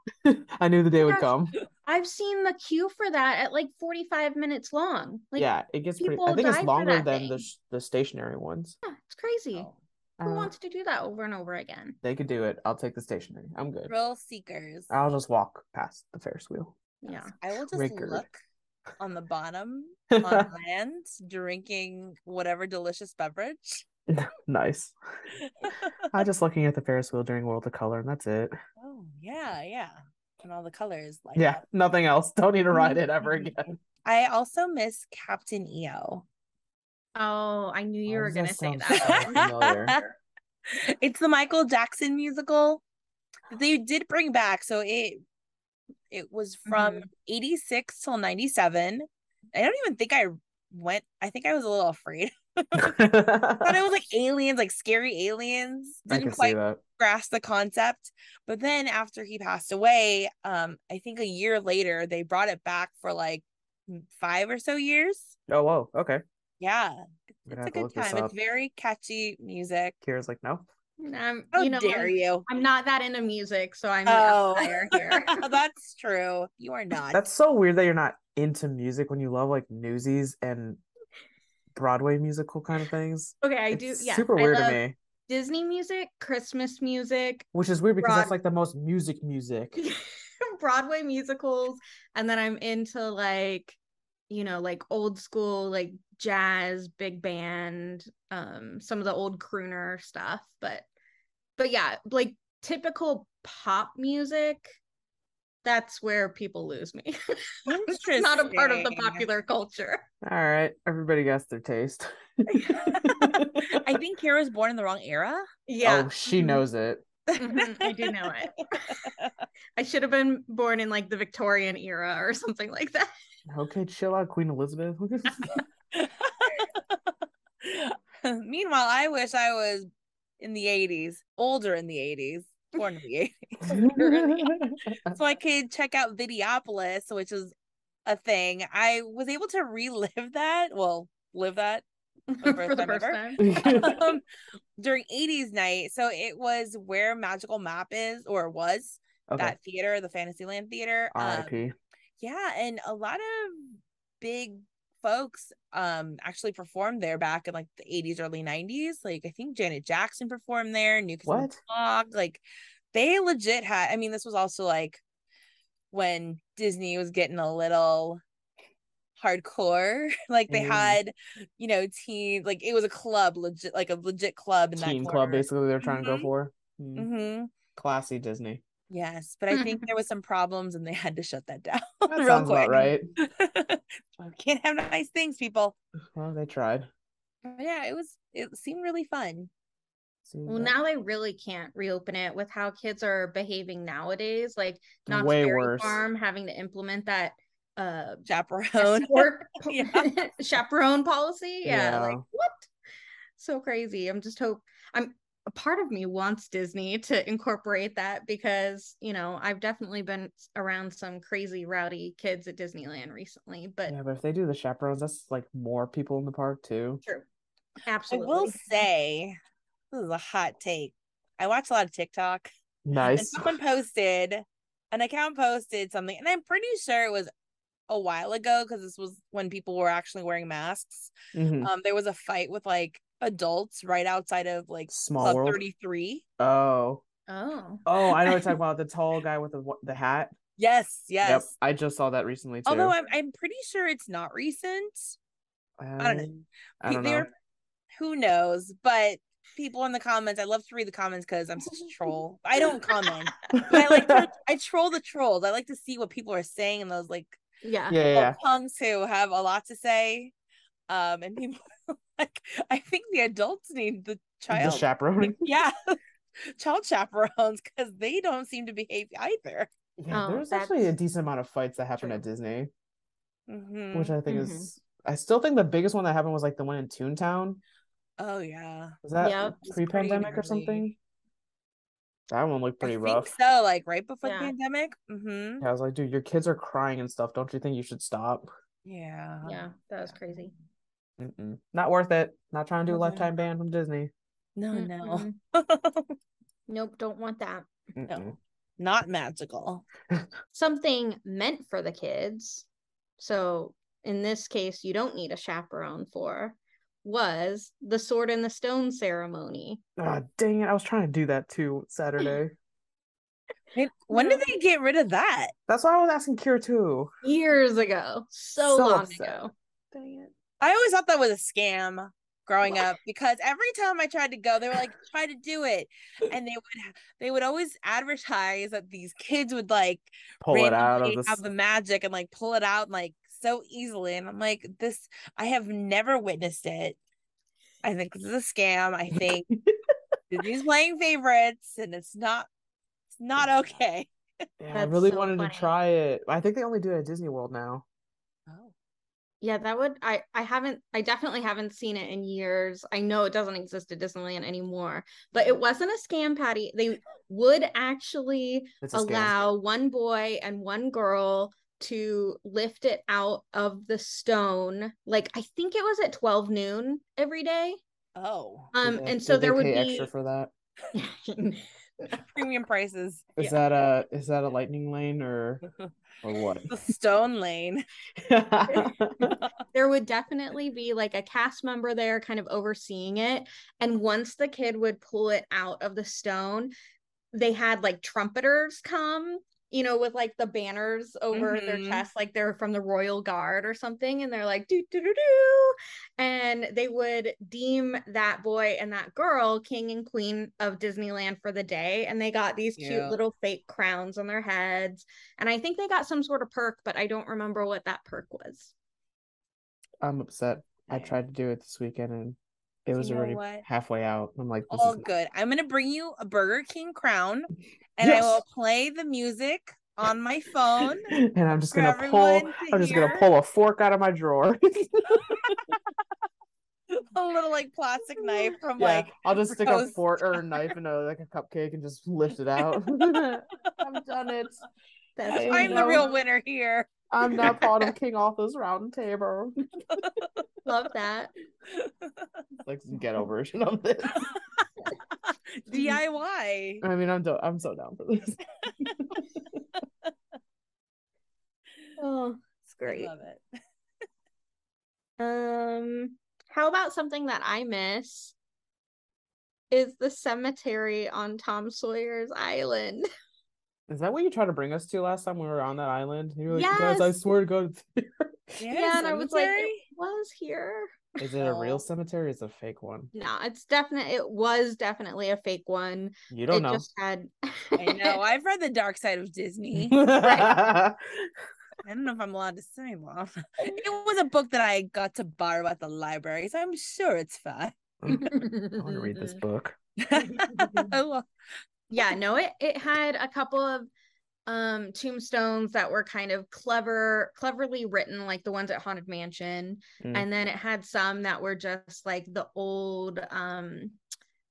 S3: I knew the day would
S4: Yeah.
S3: come.
S4: I've seen the queue for that at like 45 minutes long. Like
S3: yeah, it gets pretty. I
S4: people
S3: think it's
S4: died for
S3: longer
S4: that
S3: than the
S4: thing.
S3: sh- the stationary ones.
S4: yeah, it's crazy.
S2: Oh.
S4: Who
S3: Uh,
S4: wants to do that over and over again?
S3: they could do it. I'll take the stationary. I'm good.
S2: Thrill seekers.
S3: I'll just walk past the Ferris wheel.
S4: Yeah.
S2: I will just
S3: Rickard.
S2: look on the
S3: <laughs>
S2: bottom on land drinking whatever delicious beverage. <laughs>
S3: nice. I just looking at the Ferris wheel during World of Color, and that's it.
S2: Oh yeah, yeah. And all the colors like
S3: Yeah, nothing else. <laughs> Don't need to ride it ever again.
S4: <laughs>
S3: <laughs>
S2: I also miss Captain E EO.
S4: Oh, I knew you
S3: Why
S4: were
S3: does
S4: gonna
S3: that
S4: say
S2: <laughs>
S3: sound
S4: that. <laughs>
S3: so familiar?
S2: it's the Michael Jackson musical that they did bring back. So it it was from
S4: Mm-hmm.
S2: 86 till 97. I don't even think I went I think I was a little afraid. <laughs> But it was like aliens, like scary aliens.
S3: I
S2: Didn't
S3: can
S2: quite
S3: see that.
S2: grasp the concept. But then after he passed away, um, I think a year later, they brought it back for like m- five or so years.
S3: Oh whoa, okay.
S2: Yeah,
S3: I'm
S2: it's a
S3: gonna have to
S2: good
S3: look this
S2: time. It's
S3: up.
S2: very catchy music.
S3: Kira's like, no.
S4: Um,
S2: How
S4: you know,
S2: dare
S4: I'm,
S2: you?
S4: I'm not that into music, so I'm the
S2: Oh,
S4: outlier here.
S2: <laughs> that's true. You are not.
S3: That's so weird that you're not into music when you love like Newsies and Broadway musical kind of things.
S4: okay, I
S3: It's
S4: do. Yeah,
S3: super
S4: I
S3: weird
S4: love
S3: to me.
S4: Disney music, Christmas music, <laughs>
S3: Which is weird because that's
S4: Broad-
S3: like the most music
S4: <laughs>
S3: music.
S4: Broadway musicals, and then I'm into like, you know, like old school, like jazz, big band, um, some of the old crooner stuff. But, but yeah, like typical pop music. That's where people lose me. <laughs> It's not a part of the
S2: Interesting.
S4: popular culture.
S3: All right, everybody gets their
S4: <laughs>
S3: taste.
S2: <laughs> I think Kira was born in the wrong era.
S4: Yeah.
S3: Oh, she
S4: Mhm.
S3: knows it.
S4: Mhm, I do know it. I should have been born in like the Victorian era or something like that. <laughs>
S3: Okay, chill out, Queen
S2: <laughs>
S3: Elizabeth. <laughs>
S2: Meanwhile, I wish I was in the 80s, older in the 80s, born in the
S4: <laughs>
S2: 80s, so I could check out Videopolis, which is a thing. I was able to relive that. Well, live
S4: <laughs>
S2: that the first
S4: For the
S2: time
S4: first
S2: ever?
S4: time.
S2: um, during 80s night. So it was where Magical Map is, or was
S3: okay. Ah,
S2: that theater, the Fantasyland Theater. Um,
S3: R.I.P.
S2: yeah, and a lot of big folks um actually performed there back in like the 80s, early 90s. Like I think Janet Jackson performed there, New Kids on the
S3: What?
S2: Block. Like they legit had. I mean, this was also like when Disney was getting a little hardcore. <laughs> Like they
S3: Mm.
S2: had, you know, teens. Like it was a club, legit, like a legit club in
S3: Teen
S2: that
S3: club, basically, they're trying to go
S2: Mhm.
S3: for. Mm.
S2: Mm-hmm. <laughs>
S3: Classy Disney.
S2: Yes, but I
S3: <laughs>
S2: think there was some problems and they had to shut that down. <laughs>
S3: That
S2: Real
S3: sounds
S2: quick.
S3: about right.
S2: <laughs> we can't have nice things, people.
S3: Well, they tried.
S2: But yeah, it was. It seemed really fun.
S3: See,
S4: Well,
S3: Mm, that-
S4: now they really can't reopen it with how kids are behaving nowadays. Like Knott's
S3: Way
S4: Berry
S3: worse.
S4: Farm having to implement that uh
S3: <laughs>
S2: Chaperone. <laughs>
S4: escort po-
S2: Yeah.
S4: <laughs> chaperone policy. Yeah, like
S3: Yeah.
S4: what? So crazy. I'm just hope I'm a part of me wants Disney to incorporate that because you know I've definitely been s- around some crazy rowdy kids at Disneyland recently, but
S3: Yeah, but if they do the chaperones, that's like more people in the
S2: <laughs>
S3: park too.
S4: true.
S2: I
S4: Absolutely.
S2: will say, this is a hot take. I watch a lot of TikTok, and
S3: Nice.
S2: someone posted, an account posted something, and I'm pretty sure it was a while ago because this was when people were actually wearing masks.
S3: Mhm.
S2: Um, there was a fight with like adults right outside of like
S3: Small
S2: Club
S3: world.
S2: 33.
S3: Oh,
S4: oh.
S3: oh, I
S2: <laughs>
S3: know what you're talking about. The tall guy with the wh- the hat.
S2: Yes, yes.
S3: Yep, I just saw that recently too.
S2: Although I'm, I'm pretty sure it's not recent.
S3: I
S2: don't know.
S3: I
S2: Pe-
S3: don't
S2: they
S3: know.
S2: were- who knows? But people in the comments, I love to read the comments because I'm such a troll. I don't comment, but I like to, I troll the trolls. I like to see what people are saying and those like
S4: Yeah.
S3: <laughs> yeah, yeah,
S2: little
S3: yeah.
S2: punks who have a lot to say. Um, and people <laughs> like I think the adults need the
S3: the
S2: child.
S3: chaperone.
S2: <laughs> yeah, child chaperones because they don't seem to behave either.
S3: Yeah,
S4: Oh,
S3: there's actually a
S4: that's
S3: decent amount of fights that happen
S4: true.
S3: at Disney,
S2: Mhm.
S3: which I think
S4: Mhm.
S3: is. I still think the biggest one that happened was like the one in Toontown.
S2: oh yeah,
S3: Was that
S4: Yep.
S2: It's pretty
S3: pre-pandemic or
S2: gnarly.
S3: something? That one looked pretty
S2: I
S3: rough.
S2: think so. Like right before
S4: Yeah.
S2: the pandemic. Mm-hmm.
S3: Yeah, I was like, dude, your kids are crying and stuff. Don't you think you should stop?
S2: Yeah.
S4: Yeah, that was crazy.
S3: Mm-mm. Not worth it. Not trying to do a
S2: Mhm.
S3: lifetime ban from Disney.
S2: Oh, No, no,
S4: Mm-mm.
S2: Mm-hmm. <laughs>
S4: Nope, don't want that.
S3: Mm-mm.
S2: not magical.
S4: something meant for the kids. So in this case, you don't need a chaperone for was the sword and the stone ceremony.
S3: Ah, dang it. I was trying to do that too Saturday.
S2: Wait, When did they get rid of that?
S3: That's why I was asking Kira too.
S4: Years ago, so,
S3: So
S4: long
S3: upset.
S4: ago.
S3: Dang it.
S2: I always thought that was a scam growing <laughs> up because every time I tried to go, they were like, try to do it. And they would they would always advertise that these kids would like
S3: Pull it out of
S2: randomly
S3: the
S2: have the magic and like pull it out like so easily. And I'm like, this I have never witnessed it. I think this is a scam. I
S3: <laughs>
S2: think Disney's playing favorites and it's not it's not okay.
S3: Yeah, I
S4: That's
S3: really
S4: so
S3: wanted
S4: funny.
S3: to try it. I think they only do it at Disney World now.
S2: Oh.
S4: Yeah, that would I I haven't I definitely haven't seen it in years. I know it doesn't exist at Disneyland anymore, but it wasn't a scam, Patty. They would actually
S3: It's a scam.
S4: allow one boy and one girl to lift it out of the stone. Like I think it was at 12 noon every day.
S2: Oh.
S3: Did
S4: Um
S3: they-
S4: and
S3: did
S4: so
S3: they
S4: there would
S3: pay
S4: be
S3: extra for that.
S4: <laughs>
S3: <laughs>
S2: Premium prices.
S3: Is
S2: Yeah.
S3: that a is that a lightning lane
S2: <laughs>
S3: or or what?
S2: the stone lane.
S4: there would definitely be like a cast member there kind of overseeing it. And once the kid would pull it out of the stone, they had like trumpeters come, you know, with like the banners over their
S2: Mhm.
S4: chest, like they're from the Royal Guard or something. And they're like, doo doo doo doo. And they would deem that boy and that girl king and queen of Disneyland for the day. And they got these cute
S2: Yeah.
S4: little fake crowns on their heads. And I think they got some sort of perk, but I don't remember what that perk was.
S3: <laughs> I'm upset. I
S2: Okay.
S3: tried to do it this weekend and It was
S2: know
S3: already
S2: what?
S3: halfway out. I'm like, this
S2: All
S3: is
S2: good. I'm gonna bring you a Burger King crown, and
S3: Yes.
S2: I will play the music on my phone.
S3: and I'm <laughs> just
S2: for
S3: gonna pull.
S2: everyone to
S3: I'm just
S2: hear.
S3: gonna pull a fork out of my drawer.
S2: a little like plastic
S3: <laughs>
S2: knife from
S3: yeah,
S2: like <laughs>
S3: I'll just stick a
S2: Rose
S3: fork or a knife in a like a cupcake and just lift
S2: <laughs>
S3: it out. <laughs> I've done it.
S4: That's
S3: Hey,
S2: I'm the
S3: no.
S2: real winner
S3: <laughs>
S2: here.
S3: I'm now bottom king off this round table.
S4: Love that.
S3: Like ghetto <laughs> version
S2: <laughs>
S3: of this. Mm-hmm.
S2: DIY.
S3: I mean, I'm do- I'm so down for this.
S4: Oh, it's
S2: I
S4: great.
S2: love
S3: <laughs>
S2: it.
S4: Um, how about something that I miss? Is the cemetery on Tom Sawyer's Island? <laughs>
S3: Is that what you tried to bring us to last time we were on that island? You were like, "You guys, I
S4: Yes.
S3: swear to God. <laughs> it's here."
S2: Yeah,
S4: Yeah, and I was like,
S3: <laughs>
S4: it
S2: cemetery?
S4: was here.
S3: Is it a
S2: Aw.
S4: <laughs>
S3: real cemetery? Or is it a fake one?
S4: No, it's definite. It was definitely a fake one.
S3: You don't
S4: it
S3: know. <laughs>
S4: just <laughs> had.
S2: I
S4: <laughs>
S2: know. I've read the dark side of Disney.
S4: Right.
S2: I don't know if I'm allowed to say well. It was a book that I got to borrow at the library, so I'm sure it's
S3: <laughs>
S2: fine. <laughs>
S3: I want to read
S4: Mm-hmm.
S3: this book.
S2: oh,
S4: yeah no it it had a couple of um tombstones that were kind of clever cleverly written like the ones at haunted mansion
S3: Mm.
S4: and then it had some that were just like the old um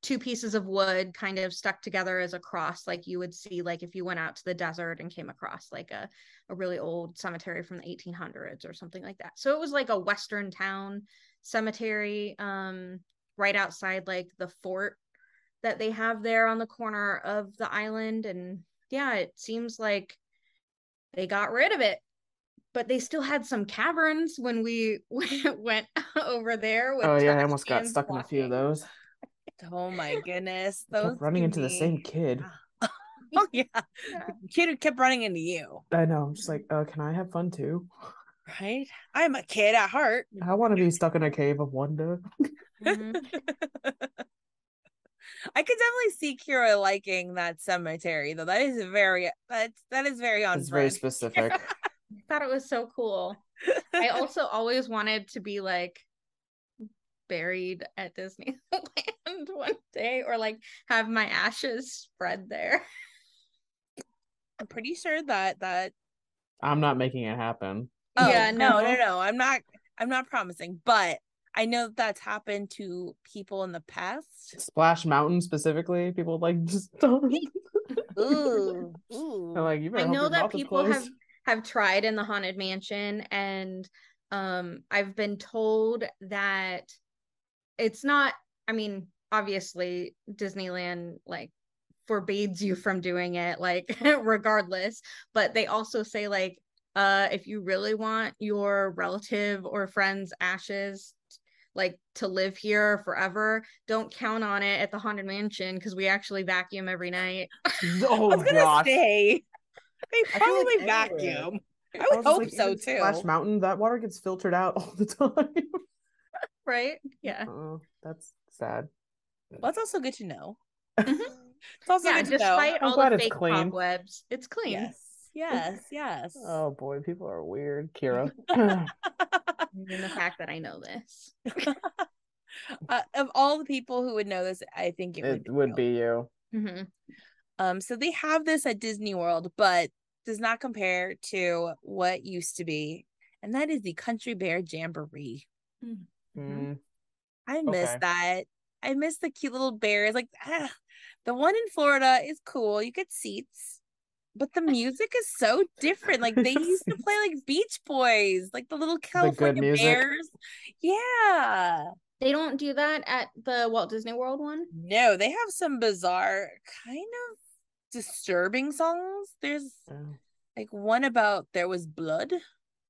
S4: two pieces of wood kind of stuck together as a cross like you would see like if you went out to the desert and came across like a a really old cemetery from the 1800s or something like that so it was like a western town cemetery um right outside like the fort that they have there on the corner of the island and yeah it seems like they got rid of it but they still had some caverns when we <laughs> went over there with
S3: Oh yeah, I
S4: trash
S3: almost got
S4: cans
S3: stuck in a few of
S4: blocking.
S3: those.
S2: oh
S3: <laughs>
S2: my goodness.
S3: I
S2: Those
S3: kept running into the
S2: Disney-
S3: same kid.
S2: <laughs>
S4: Ah.
S2: Oh yeah. The kid who kept running into you.
S3: I know. I'm just like, uh, can I have fun too?
S2: Right? I'm a kid at heart.
S4: Mm-hmm.
S3: I want to be stuck in a cave of wonder.
S4: Mhm.
S2: I could definitely see Kira liking that cemetery, though. That is very that's that is very on
S3: It's very
S4: <laughs>
S2: brand.
S3: specific.
S4: I thought it was so cool i also always wanted to be like buried at disneyland <laughs> one day or like have my ashes spread there
S2: I'm pretty sure that that
S3: I'm not making it happen.
S2: oh
S4: Yeah,
S2: no no
S4: no.
S2: no I'm not I'm not promising, but I know that's happened to people in the past. <laughs>
S3: Splash Mountain specifically, people like <laughs>
S4: <laughs>
S3: just don't.
S2: Ooh, ooh.
S3: They're like, you better
S4: I
S3: hope
S4: know
S3: your
S4: that
S3: mouth is
S4: people have
S3: closed."
S4: have tried in the haunted mansion and um I've been told that it's not I mean obviously Disneyland like forbids you from doing it like <laughs> regardless but they also say like uh if you really want your relative or friend's ashes like to live here forever don't count on it at the haunted mansion because we actually vacuum every night
S3: <laughs> Oh
S4: <laughs>
S2: I was gonna
S3: gosh.
S2: say they
S3: I feel like
S2: probably
S3: anywhere.
S2: vacuum. I
S3: I
S2: would
S3: was just
S2: hope
S3: like,
S2: so
S3: even Splash
S2: too.
S3: Mountain, that water gets filtered out <laughs> all the time.
S4: right yeah
S3: oh, that's sad.
S2: Well, it's also good to know.
S3: Mm-hmm.
S4: Mhm.
S2: It's also
S4: yeah,
S2: good to know.
S4: despite
S3: I'm
S4: all
S3: glad
S4: the
S3: it's
S4: fake
S3: clean.
S4: cobwebs, it's clean. <laughs>
S2: Yes, yes, yes.
S3: Oh boy, people are weird, Kira. <laughs>
S4: And the fact that I know this.
S2: <laughs> uh, of all the people who would know this, I think <laughs> it,
S3: it
S2: would,
S3: would
S2: Will.
S3: be you.
S4: hmm
S2: Um, so they have this at Disney World, but does not compare to what used to be, and that is the Country Bear Jamboree.
S3: Mm.
S2: I miss
S3: Okay.
S2: that. I miss the cute little bears. Like ah, the one in Florida is cool. You get seats, but the music is so different. Like they used to
S3: <laughs>
S2: play like Beach Boys, like the little California
S3: music.
S2: bears. Yeah.
S4: They don't do that at the Walt Disney
S2: <laughs>
S4: World one.
S2: No, they have some bizarre, kind of disturbing songs. There's
S3: Oh.
S2: like one about there was blood.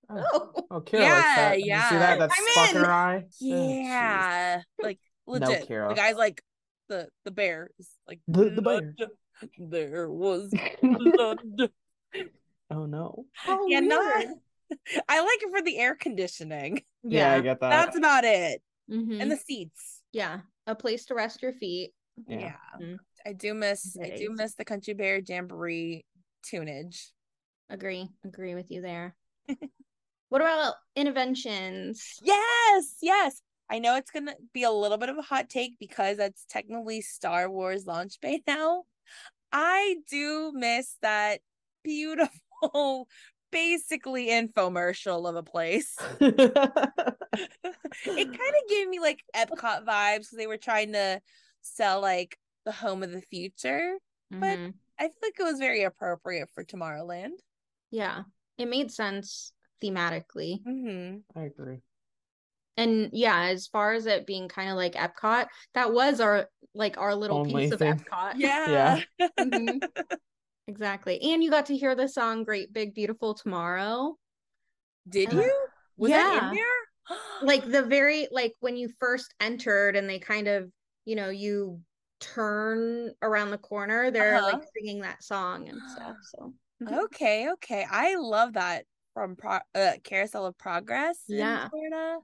S4: Oh,
S3: Oh, Kira
S2: Yeah,
S3: likes that. You see
S2: yeah.
S3: that? That's
S4: I'm
S3: spark in
S4: in.
S3: her eye. Oh, jeez.
S2: Yeah, like legit.
S3: Kira.
S2: the guy's like the the bear is like
S3: The- the bear.
S2: "Blood, There was <laughs> blood.
S3: oh no.
S4: how
S2: yeah, not. <laughs>
S4: weird.
S2: I like it for the air conditioning.
S3: Yeah, I
S4: Yeah,
S3: get that.
S2: That's about it.
S4: Mhm.
S2: And the seats.
S4: yeah, a place to rest your feet.
S2: Yeah.
S3: Yeah.
S4: Mhm.
S2: I do miss I do
S4: Days.
S2: miss the country bear jamboree tunage.
S4: Agree, agree <laughs> with you there. what about interventions?
S2: Yes, yes. I know it's gonna be a little bit of a hot take because that's technically Star Wars launch bay <laughs> now. I do miss that beautiful, <laughs> basically infomercial of a place. <laughs> It kind of gave me like Epcot vibes because they were trying to sell like the home of the future. But-
S4: Mhm.
S2: I feel like it was very appropriate for Tomorrowland.
S4: yeah, it made sense thematically.
S2: Mm-hmm.
S3: <laughs> I agree.
S4: And yeah, as far as it being kind of like Epcot, that was our like our little
S3: Only
S4: piece of
S3: thing.
S2: Uh,
S4: Epcot.
S2: Yeah. Mm-hmm.
S4: Mhm. exactly. And you got to hear the song Great Big Beautiful Tomorrow.
S2: Did
S4: Uh,
S2: you? Was that
S4: yeah.
S2: in <gasps> there?
S4: Like the very like when you first entered and they kind of, you know, you turn around the corner, they're
S2: Uh-huh.
S4: like singing that song and stuff.
S2: <gasps>
S4: So Mhm.
S2: Okay, okay. I love that from Pro- uh, Carousel of Progress in
S4: Yeah.
S2: Florida.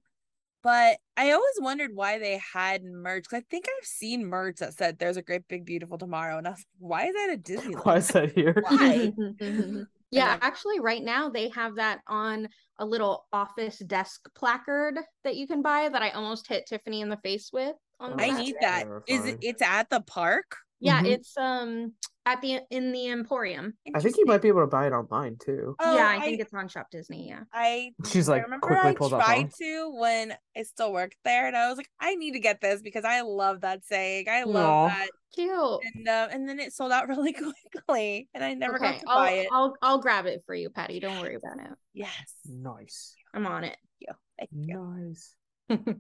S2: But I always wondered why they had merch. 'cause I think I've seen merch that said "There's a great big beautiful tomorrow," and I was like, "Why is that a Disney?"
S3: Why is that here?
S2: Why?
S4: <laughs>
S2: <laughs>
S4: Yeah,
S2: mm-hmm. then-
S4: actually, right now they have that on a little office desk placard that you can buy that I almost hit Tiffany in the face with on
S3: Oh,
S2: I
S3: that's
S2: need Mm-hmm.
S4: Saturday.
S2: that. Is it?
S3: terrifying.
S2: It's at the park.
S4: Yeah,
S3: Mhm.
S4: it's um at the in the Emporium.
S3: I think you might be able to buy it online too.
S2: Oh,
S4: yeah, I, think it's on Shop Disney. Yeah.
S2: I
S3: <laughs> She's like
S2: I remember
S3: quickly
S2: I
S3: pulls out phone.
S2: tried to when I still worked there, and I was like, I need to get this because I love that saying. I love
S3: Aw.
S2: that,
S4: Cute.
S2: and uh, and then it sold out <laughs> really quickly, and I never got
S4: Okay,
S2: to buy
S4: I'll,
S2: it.
S4: I'll I'll grab it for you, Patty. Don't worry about it.
S2: Yes,
S3: Nice.
S4: I'm on it.
S2: thank you.
S3: Nice.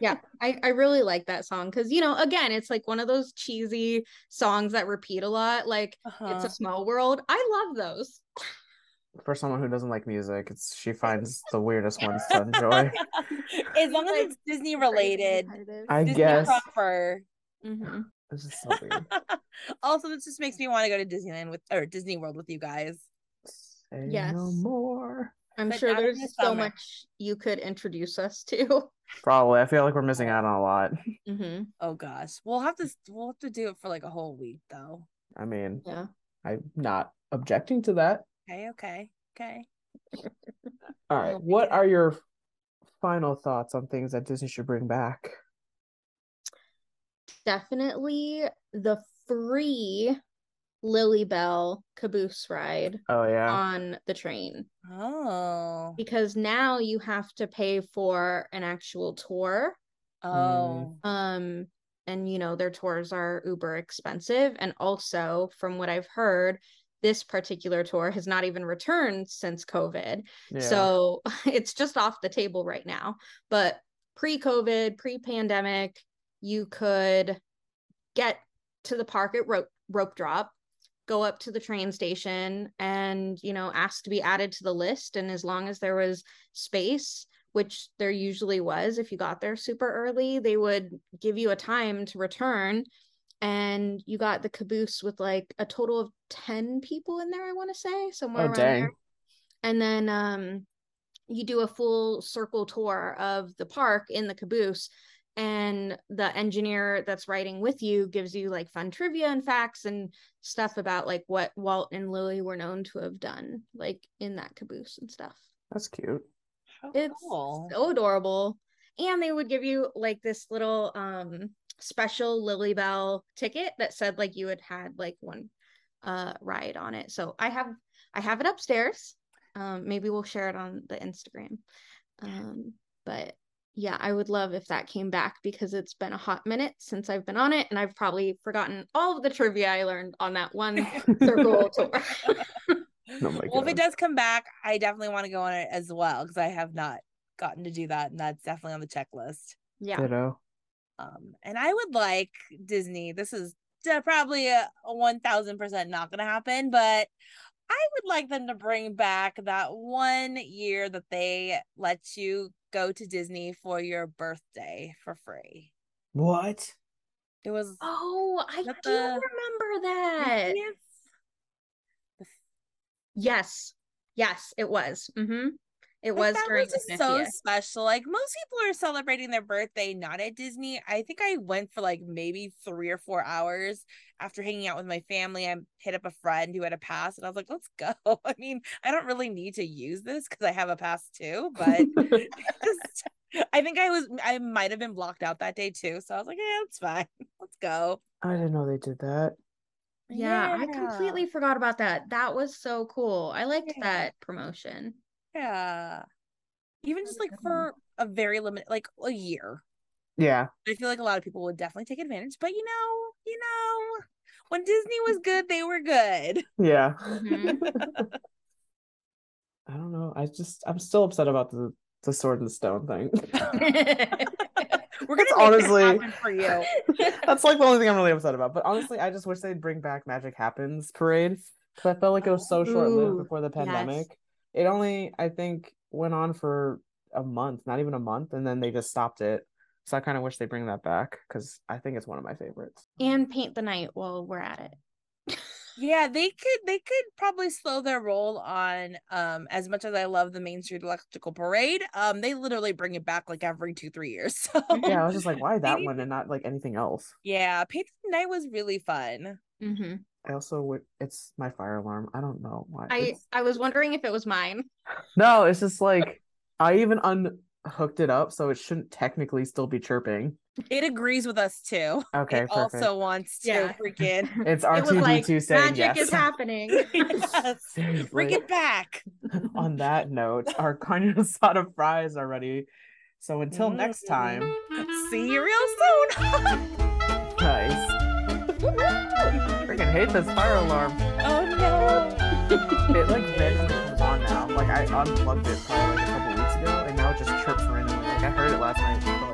S4: yeah, I, I really like that song because you know, again, it's like one of those cheesy songs that repeat a lot. Like it's
S2: Uh-huh.
S4: a small world. I love those.
S3: For someone who doesn't like music, it's she finds the weirdest ones to enjoy.
S2: <laughs> as long as
S4: Like,
S2: it's Disney related,
S3: I
S2: Disney
S3: guess.
S2: proper. <laughs>
S4: hmm
S3: This is so
S4: <laughs>
S3: weird.
S2: also, this just makes me want to go to Disneyland with or Disney World with you guys.
S3: Say
S4: Yes.
S3: no more.
S4: I'm
S2: But
S4: sure
S2: not in
S4: there's
S2: the
S4: so
S2: summer.
S4: much you could introduce us to. <laughs>
S3: Probably. I feel like we're missing out on a lot.
S4: hmm
S2: Oh gosh, we'll have to we'll have to do it for like a whole week though.
S3: I mean,
S4: Yeah.
S3: I'm not objecting to that.
S2: Okay, okay, okay.
S3: All right.
S4: Oh,
S3: What
S4: yeah.
S3: are your final thoughts on things that Disney should bring back?
S4: Definitely the free Lily Bell caboose ride
S3: Oh yeah.
S4: on the train
S2: Oh,
S4: because now you have to pay for an actual tour.
S2: oh.
S4: Um, and you know, their tours are uber expensive. And also, from what I've heard, this particular tour has not even returned since COVID.
S3: yeah.
S4: So <laughs> it's just off the table right now. But pre COVID, pre pandemic, you could get to the park at rope, rope drop, go up to the train station and, you know, ask to be added to the list. And as long as there was space, which there usually was, if you got there super early, they would give you a time to return. And you got the caboose with like a total of 10 people in there, I want to say, somewhere
S3: oh
S4: around
S3: dang.
S4: there and then um you do a full circle tour of the park in the caboose and the engineer that's riding with you gives you like fun trivia and facts and stuff about like what Walt and Lily were known to have done like in that caboose and stuff.
S3: That's cute.
S2: How
S4: It's
S2: cool. <gasps>
S4: so adorable. And they would give you like this little um special Lily Bell ticket that said like you had had like one uh ride on it. So I have I have it upstairs. Um maybe we'll share it on the Instagram. Um but yeah, I would love if that came back because it's been a hot minute since I've been on it and I've probably forgotten all of the trivia I learned on
S2: <laughs>
S4: that one
S3: <laughs>
S4: circle tour. <laughs>
S3: Oh my
S2: well, if it
S3: God.
S2: does come back, I definitely want to go on it as well because I have not gotten to do that, and that's definitely on the checklist.
S4: Yeah.
S3: Ditto.
S2: Um, and I would like Disney. This is de- probably a one thousand percent not going to happen, but I would like them to bring back that one year that they let you go to Disney for your birthday for free.
S3: What?
S2: It was
S4: Oh, I
S2: That
S4: do
S2: the-
S4: remember that. Yes. Yes, it was. hmm It
S2: Like,
S4: was
S2: that
S4: during
S2: was
S4: the
S2: just so
S4: 50th.
S2: special. Like most people are celebrating their birthday not at Disney. I think I went for like maybe three or four hours after hanging out with my family. I hit up a friend who had a pass, and <laughs> I was like, "Let's
S3: <laughs>
S4: <laughs>
S2: go." I mean, I don't really need to use this because I have a pass too, but <laughs> just I think I was I might have been blocked out that day too. So I was like, yeah, it's fine. <laughs> Let's go.
S3: I didn't know they did that.
S4: Yeah, I
S2: Yeah.
S4: completely forgot about that. That was so cool. I liked
S2: Yeah.
S4: that promotion.
S2: Yeah. Even just like
S4: good one.
S2: for a very limited like a year.
S3: Yeah.
S2: I feel like a lot of people would definitely take advantage. But you know, you know, when Disney was good, they were good. <laughs>
S3: Yeah.
S4: <laughs> Mhm.
S3: <laughs> I don't know. I just I'm still upset about the the sword and stone thing.
S2: We're gonna
S3: That's
S2: make
S3: honestly-
S2: that happen for
S3: <laughs>
S2: you.
S3: That's like the only thing I'm really upset about. But honestly, I just wish they'd bring back Magic Happens Parade because I felt like it was so short lived
S4: Ooh,
S3: before the
S4: yes.
S3: pandemic. It only I think went on for a month, not even a month, and then they just stopped it. So I kind of wish they bring that back because I think it's one of my favorites.
S4: and paint the night while we're at it.
S2: Yeah, they could they could probably slow their roll on um as much as I love the Main Street Electrical Parade. Um they literally bring it back like every 2 3 years. <laughs> So
S3: yeah, I was just like, why that
S2: need
S3: one and not like anything else?
S2: yeah, Paint the Night was really fun.
S4: Mhm.
S3: I also would. It's my fire alarm. I don't know why.
S4: I
S3: It's-
S4: I was wondering if it was mine.
S3: no, it's just like I even unhooked it up, so it shouldn't technically still be chirping.
S2: It agrees with us too.
S3: Okay,
S2: it
S3: perfect.
S2: also wants to
S4: Yeah.
S2: freaking <laughs>
S3: <laughs> it's
S4: It was like
S3: R2D2 saying
S4: magic
S3: yes. <laughs>
S4: is happening. <laughs>
S2: yes, bring
S3: Seriously.
S2: it back.
S3: On that note, our carne <laughs> asada fries are ready. So until next time,
S2: See you real soon.
S3: guys. Freaking hate this fire alarm.
S2: Oh no.
S3: It like randomly comes on now. Like I unplugged it probably like a couple weeks ago, and now it just chirps randomly. Like I heard it last night.